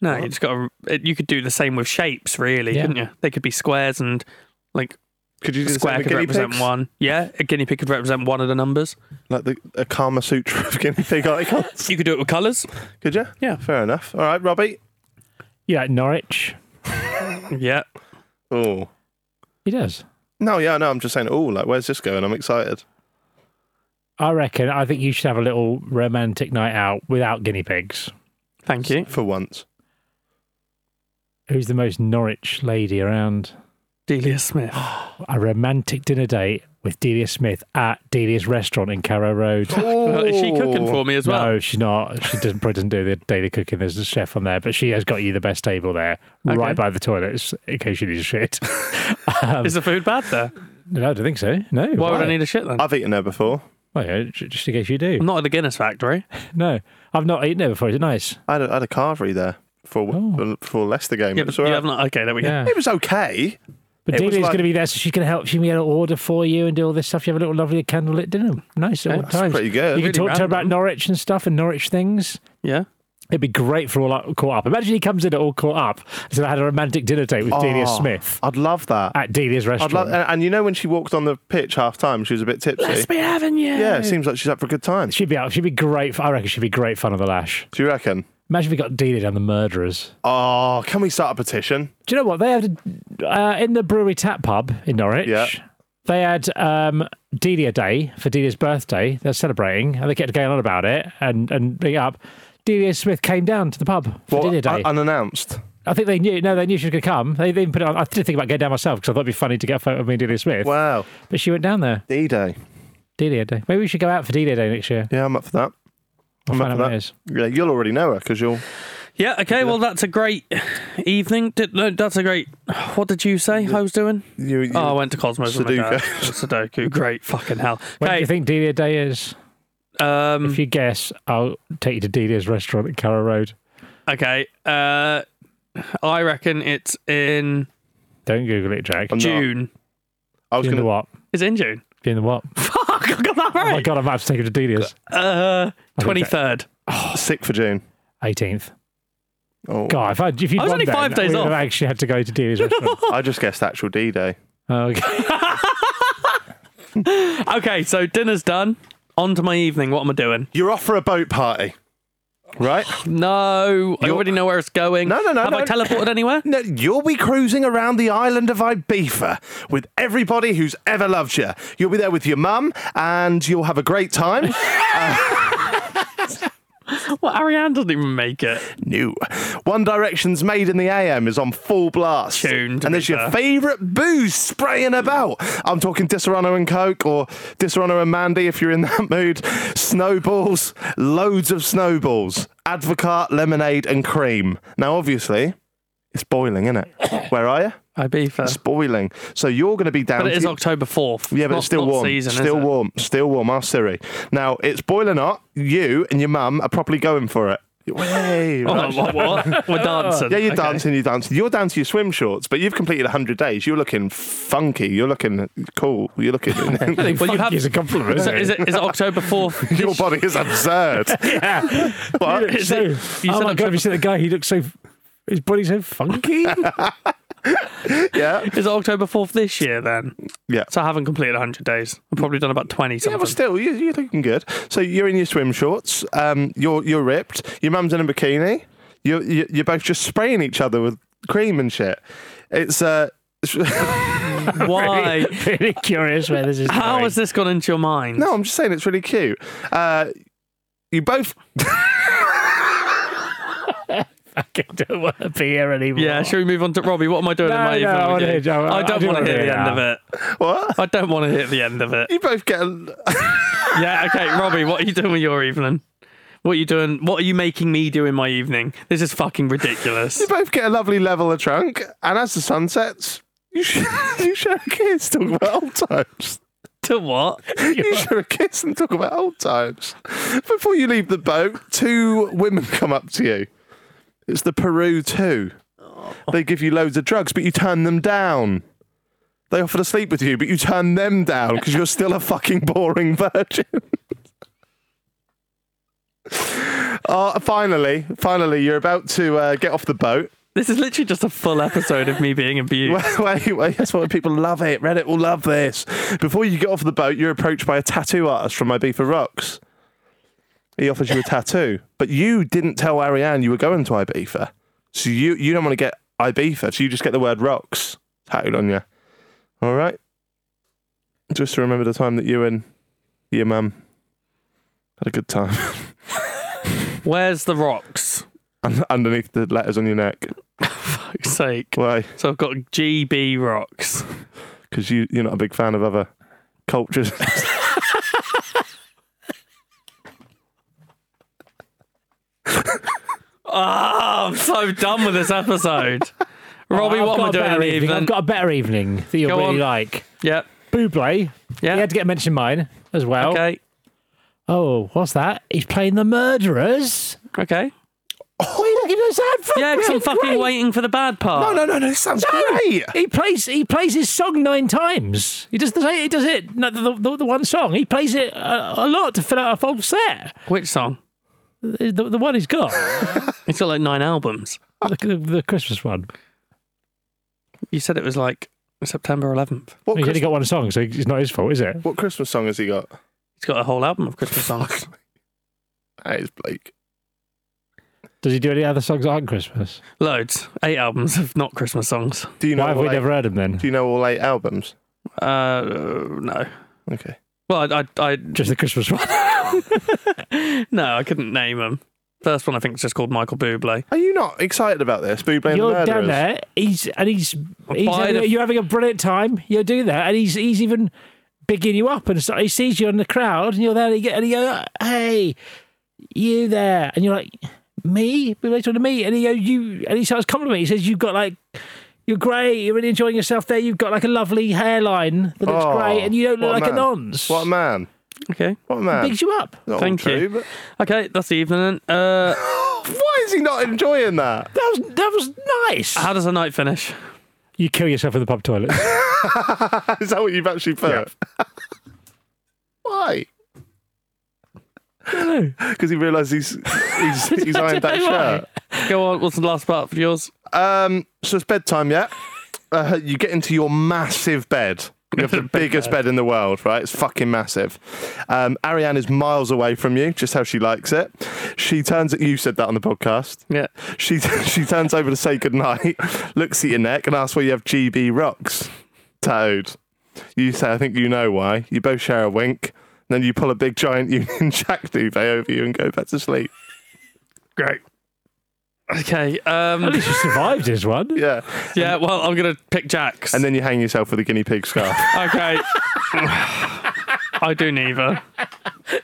E: No, you just got. to You could do the same with shapes, really,
D: Yeah.
E: couldn't you? They could be squares and like
C: Could you
E: a
C: do the
E: square
C: same with
E: could
C: guinea
E: represent
C: pigs?
E: one. Yeah, a guinea pig could represent one of the numbers.
C: Like the a Kama Sutra of guinea pig icons.
E: You could do it with colours.
C: Could you?
E: Yeah.
C: Fair enough. All right, Robbie.
D: You like Norwich?
E: Yeah.
C: Oh.
D: He does.
C: No, yeah, no, I'm just saying, oh, like, where's this going? I'm excited.
D: I reckon. I think you should have a little romantic night out without guinea pigs.
E: Thank you.
C: For once.
D: Who's the most Norwich lady around?
E: Delia Smith.
D: A romantic dinner date with Delia Smith at Delia's restaurant in Carrow Road.
E: Well, is she
C: Oh.
E: cooking for me Oh, as well?
D: No, she's not. She doesn't probably doesn't do the daily cooking. There's a chef on there, but she has got you the best table there,
E: Okay.
D: right by the toilets, in case you need a shit.
E: Is the food bad there?
D: no, I don't think so. No.
E: Why would I need Mm. a shit then?
C: I've eaten there before.
D: Well, yeah, j- just in case you do.
E: I'm not at the Guinness factory.
D: No, I've not eaten it before. Is it nice?
C: I had a, I had a carvery there for for, for Leicester game.
E: Oh. Yeah,
C: it,
E: but
C: was
E: you
C: all right.
E: have not. Okay, there we go.
D: Yeah.
C: it was okay.
D: But
C: It was
D: Delia's
C: like-
D: going to be there, so she's going to help. She's going to order for you and do all this stuff. You have a little lovely candlelit dinner. Nice at all times.
C: pretty good.
D: You
E: Really
D: can talk to her about
E: random.
D: Norwich and stuff and Norwich things.
E: Yeah.
D: It'd be great for all up- caught up. Imagine he comes in at all caught up. So I had a romantic dinner date with Delia
C: Oh,
D: Smith
C: I'd love that.
D: at Delia's
C: I'd
D: restaurant.
C: love, and, and you know when she walked on the pitch half time, she was a bit tipsy.
E: Let's be having you.
C: yeah, it seems like she's up for a good time.
D: she'd be out. She'd be great. For, I reckon she'd be great fun on the lash.
C: Do you reckon?
D: Imagine if we got Delia down the murderers.
C: Oh, can we start a petition?
D: Do you know what they had uh, in the brewery tap pub in Norwich?
C: Yeah.
D: They had um, Delia Day for Delia's birthday. They're celebrating, and they kept going on about it and and bring it up. Delia Smith came down to the pub for
C: What,
D: Delia Day.
C: un- unannounced.
D: I think they knew. No, they knew she was going to come. They, they even put it on. I did think about going down myself because I thought it'd be funny to get a photo of me and Delia Smith.
C: Wow.
D: But she went down there.
C: D Day.
D: Delia Day. Maybe we should go out for Delia Day next year.
C: Yeah, I'm up for that.
D: We'll
C: I'm
D: find
C: up
D: out
C: for
D: what
C: that.
D: it is.
C: Yeah, you'll already know her because you'll.
E: Yeah. Okay. Well, that's a great evening. Did, no, that's a great. What did you say? I was doing.
C: You, you
E: Oh, I went to Cosmos with my dad. Oh,
C: Sudoku.
E: Sudoku. Great fucking hell.
D: When do
E: Okay.
D: you think Delia Day is?
E: um,
D: If you guess, I'll take you to Delia's restaurant at Carrow Road.
E: okay. Uh, I reckon it's in
D: Don't Google it, Jack.
C: I'm not.
E: June.
C: I was
D: Be in
C: going
D: the
C: to.
D: what?
E: Is it in June?
D: Be in the what?
E: Fuck! I got that
D: Oh my
E: right.
D: god, I'm about to take him to Delia's.
E: Uh,
D: that-
E: twenty third.
C: Sick for June.
D: 18th.
C: Oh,
D: God, if I if you'd
E: I was
D: won
E: only
D: then,
E: five days
D: we'd have
E: off.
D: actually had to go to Delia's restaurant.
C: I just guessed actual D Day.
D: oh, okay.
E: Okay. So dinner's done. On to my evening. What am I doing?
C: You're off for a boat party, right?
E: No, I
C: You're-
E: already know where it's going.
C: No, no, no,
E: Have I
C: no.
E: teleported anywhere?
C: No, you'll be cruising around the island of Ibiza with everybody who's ever loved you. You'll be there with your mum, and you'll have a great time.
E: Well, Ariane doesn't even make it.
C: New One Direction's Made in the AM is on full blast,
E: Tuned, to
C: and
E: be
C: there's your
E: fair.
C: favourite booze spraying about. I'm talking Disaronno and Coke, or Disaronno and Mandy if you're in that mood. Snowballs, loads of snowballs, Advocat lemonade and cream. Now, obviously, it's boiling, isn't it? Where are you? It's
E: Ibiza.
C: boiling. So you're going to be down.
E: But it
C: to
E: is
C: your-
E: October 4th.
C: Yeah, but
E: Not-
C: it's still
E: not
C: warm.
E: Season, is
C: still
E: it?
C: warm. Still warm. Our Siri. Now it's boiling hot. You and your mum are probably going for it. Hey,
E: Oh,
C: right.
E: what, what? We're dancing.
C: Yeah, you're
E: Okay.
C: dancing, you're dancing. You're down to your swim shorts, but you've completed 100 days. You're looking funky. You're looking cool. You're looking.
E: Well, you have.
D: It's
E: Is
D: a compliment.
E: it, is,
D: isn't it?
E: it, is it October 4th?
C: your body is absurd. But
E: is
D: So-
E: it- you said
D: oh my
E: October-
D: god, have you see the guy. He looks so. His body's so funky.
C: yeah,
E: Is it October 4th this year then?
C: yeah.
E: So I haven't completed 100 days. I've probably done about 20
C: Yeah,
E: something.
C: but still, you- you're looking good. So you're in your swim shorts. Um, you're you're ripped. Your mum's in a bikini. You're you're you're both just spraying each other with cream and shit. It's uh,
E: Why?
D: Really curious where this is
E: How
D: going.
E: has this gone into your mind?
C: No, I'm just saying it's really cute. Uh, you both.
D: I don't want to be here anymore.
E: Yeah, should we move on to Robbie? What am I doing
D: No,
E: in my
D: no,
E: evening
D: I
E: with
D: wanna
E: you?
D: hear- I-
E: I
D: I
E: don't
D: do
E: want
D: wanna
E: to hear
D: hear
E: the end of
D: now.
E: it.
C: What?
E: I don't want to hear the end of it.
C: You both get. A...
E: Yeah, okay, Robbie, what are you doing with your evening? What are you doing? What are you making me do in my evening? This is fucking ridiculous.
C: You both get a lovely level of trunk, and as the sun sets, you sh- you share a kiss, talk about old times.
E: to what?
C: You share a kiss and talk about old times. Before you leave the boat, two women come up to you. It's the Peru two. They give you loads of drugs, but you turn them down. They offer to sleep with you, but you turn them down because you're still a fucking boring virgin. Uh, finally, finally, you're about to uh, get off the boat.
E: This is literally just a full episode of me being abused.
C: Wait, wait, wait. That's why people love it. Reddit will love this. Before you get off the boat, you're approached by a tattoo artist from Ibiza Rocks. He offers you a tattoo, but you didn't tell Ariane you were going to Ibiza. So you, you don't want to get Ibiza, so you just get the word rocks tattooed on you. All right? Just to remember the time that you and your mum had a good time
E: Where's the rocks?
C: Un- underneath the letters on your neck.
E: Fuck's sake.
C: Why?
E: So I've got GB rocks.
C: Because you you're not a big fan of other cultures.
E: Ah, I'm so done with this episode. Robbie,
D: I've
E: what am I
D: got a
E: doing
D: better
E: in the
D: evening. I've
E: evening?
D: got a better evening that you'll
E: Go
D: really
E: on.
D: like.
E: Yep.
D: Buble.
E: Yeah.
D: He had to get mentioned mine as well.
E: Okay.
D: Oh, what's that? He's playing the murderers.
E: Okay.
D: What are you looking at that for?
E: Oh, Yeah, because I'm fucking
D: Great.
E: waiting for the bad part.
C: Oh. no, no, no. This sounds great.
D: He plays he plays his song nine times. He does the he does it no, the, the, the one song. He plays it a, a lot to fill out a full set.
E: Which song?
D: The, the one he's got,
E: It's got like nine albums.
D: the, the, the Christmas one.
E: You said it was like September 11th.
C: What,
D: He's
C: Christ-
D: only got one song, so it's not his fault, is it?
C: what Christmas song has he got?
E: It's got a whole album of Christmas songs.
C: That is Blake.
D: Does he do any other songs that aren't Christmas?
E: Loads. Eight albums of not Christmas songs.
C: Do you know?
D: Why have
C: all
D: we
C: eight-
D: never heard him then?
C: Do you know all eight albums?
E: Uh, no.
C: Okay.
E: Well, I, I, I
D: Just the Christmas one.
E: no, I couldn't name them. First one I think is just called Michael Bublé.
C: Are you not excited about this? Buble and the
D: You're
C: Murderers.
D: down there. He's and he's, he's
E: By
D: having-
E: the-
D: you're having a brilliant time. You're doing that, and he's he's even bigging you up, and so he sees you in the crowd, and you're there, and he get and he go, "Hey, you there?" And you're like, "Me?" But later on to me, and he go, "You," and he starts complimenting. He says, "You've got like." You're great. You're really enjoying yourself there. You've got like a lovely hairline that looks
C: Oh,
D: great, and you don't look
C: what a
D: like a
C: man.
D: nonce.
C: What a man. Oh.
E: Okay.
C: What a man.
D: Bigs you up.
C: Not all
E: Thank
C: true,
E: you.
C: but-
E: Okay, that's the evening. then. Uh,
C: Why is he not enjoying that?
D: That was that was nice.
E: how does the night finish?
D: you kill yourself in the pub toilet.
C: Is that what you've actually put? Why? Because he realised he's he's, he's ironed that shirt.
E: Go on. What's the last part for yours?
C: Um, so it's bedtime, yeah. Uh, you get into your massive bed. You have the biggest bed in the world, right? It's fucking massive. Um, Ariane is miles away from you, just how she likes it. She turns at you. Said that on the podcast.
E: Yeah.
C: She she turns over to say goodnight, looks at your neck, and asks where you have GB rocks. Toad, you say, I think you know why. You both share a wink. Then you pull a big giant Union Jack duvet over you and go back to sleep.
E: Great. Okay.
D: At
E: Um,
D: least you survived this one.
C: Yeah.
E: yeah. Well, I'm gonna pick Jack's.
C: And then you hang yourself with a guinea pig scarf.
E: okay. I do neither.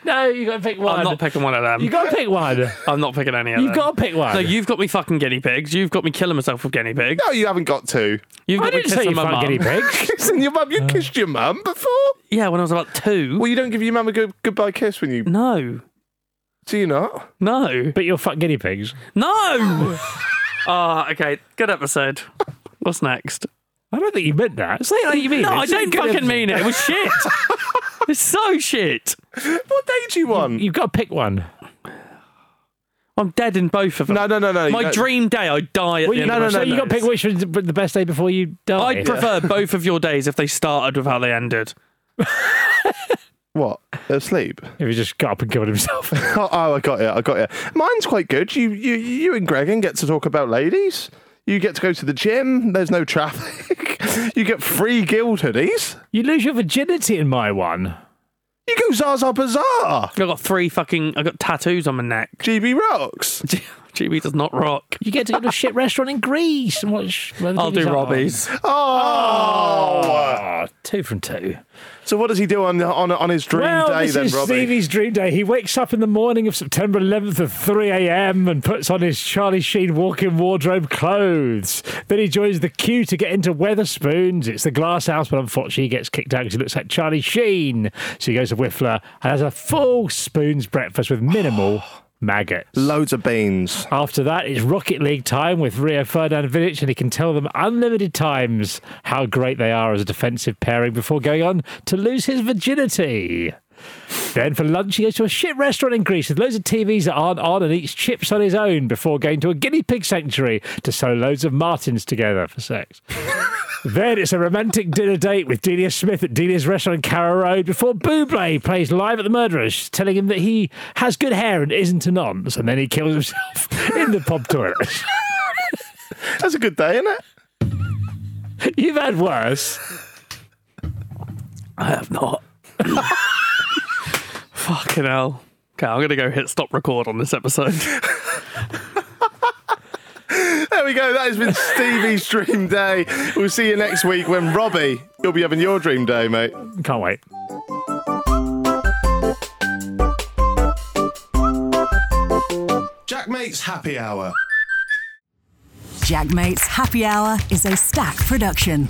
D: No, you got to pick one.
E: I'm not picking one of them.
D: you got to pick one.
E: I'm not picking any of
D: You've
E: them.
D: got to pick one.
E: No, you've got me fucking guinea pigs. You've got me killing myself with guinea pigs.
C: no, Oh, you haven't got to.
E: You've got
D: I
E: me
D: didn't say
E: kissing
D: you
E: my
D: can't
E: mum.
D: get any pigs.
C: Kissing your mum. You kissed your mum before.
E: Yeah, when I was about two.
C: Well, you don't give your mum a good goodbye kiss when you.
E: no.
C: Do you not?
E: No.
D: But you'll fuck guinea pigs.
E: No. Ah, okay. Good episode. What's next?
D: I don't think you meant that. Say it like you mean.
E: No,
D: it.
E: I
D: Say
E: don't
D: good
E: fucking
D: episode.
E: mean it. It was shit. it's so shit.
C: What date do you want?
D: You've got to pick one.
E: I'm dead in both of them.
C: No, no, no, no.
E: My
C: no.
E: dream day, I die at
D: Well,
E: the
D: you,
E: end of my
D: so you
E: days.
D: got to pick which was the the best day before you die.
E: I'd prefer both of your days if they started with how they ended.
C: What? Asleep.
D: if he just got up and killed himself.
C: Oh, oh, I got it. I got it. Mine's quite good. You, you, you and Gregan get to talk about ladies. You get to go to the gym. There's no traffic. you get free guild hoodies.
D: you lose your virginity in my one.
C: You go Zaza Bazaar.
E: I've got three fucking. I've got tattoos on my neck.
C: GB rocks.
E: GB does not rock.
D: You get to go to a shit restaurant in Greece and watch. where the
E: I'll
D: TV's
E: do
D: on.
E: Robbie's.
C: Oh.
D: Oh, two from two.
C: So what does he do on on on his dream
D: well,
C: day
D: this
C: then,
D: is
C: Robbie?
D: Stevie's dream day. He wakes up in the morning of September 11th at 3 a.m. and puts on his Charlie Sheen walk-in wardrobe clothes. Then he joins the queue to get into Weatherspoons. It's the glass house, but unfortunately he gets kicked out because he looks like Charlie Sheen. So he goes to Whiffler and has a full spoons breakfast with minimal maggots.
C: Loads of beans.
D: After that, it's Rocket League time with Rio Ferdinand Vidic, and he can tell them unlimited times how great they are as a defensive pairing before going on to lose his virginity. Then for lunch, he goes to a shit restaurant in Greece with loads of TVs that aren't on and eats chips on his own before going to a guinea pig sanctuary to sew loads of Martins together for sex. Then it's a romantic dinner date with Delia Smith at Delia's restaurant on Carrow Road before Buble plays live at the Murderers, telling him that he has good hair and isn't a nonce, and then he kills himself in the pub toilet.
C: That's a good day, isn't it?
D: You've had worse.
E: I have not. Fucking hell. Okay, I'm gonna go hit stop record on this episode.
C: There we go. That has been Stevie's dream day. We'll see you next week when Robbie, you'll be having your dream day, mate.
D: Can't wait.
A: Jack Mate's Happy Hour.
B: Jackmates Happy Hour is a stack production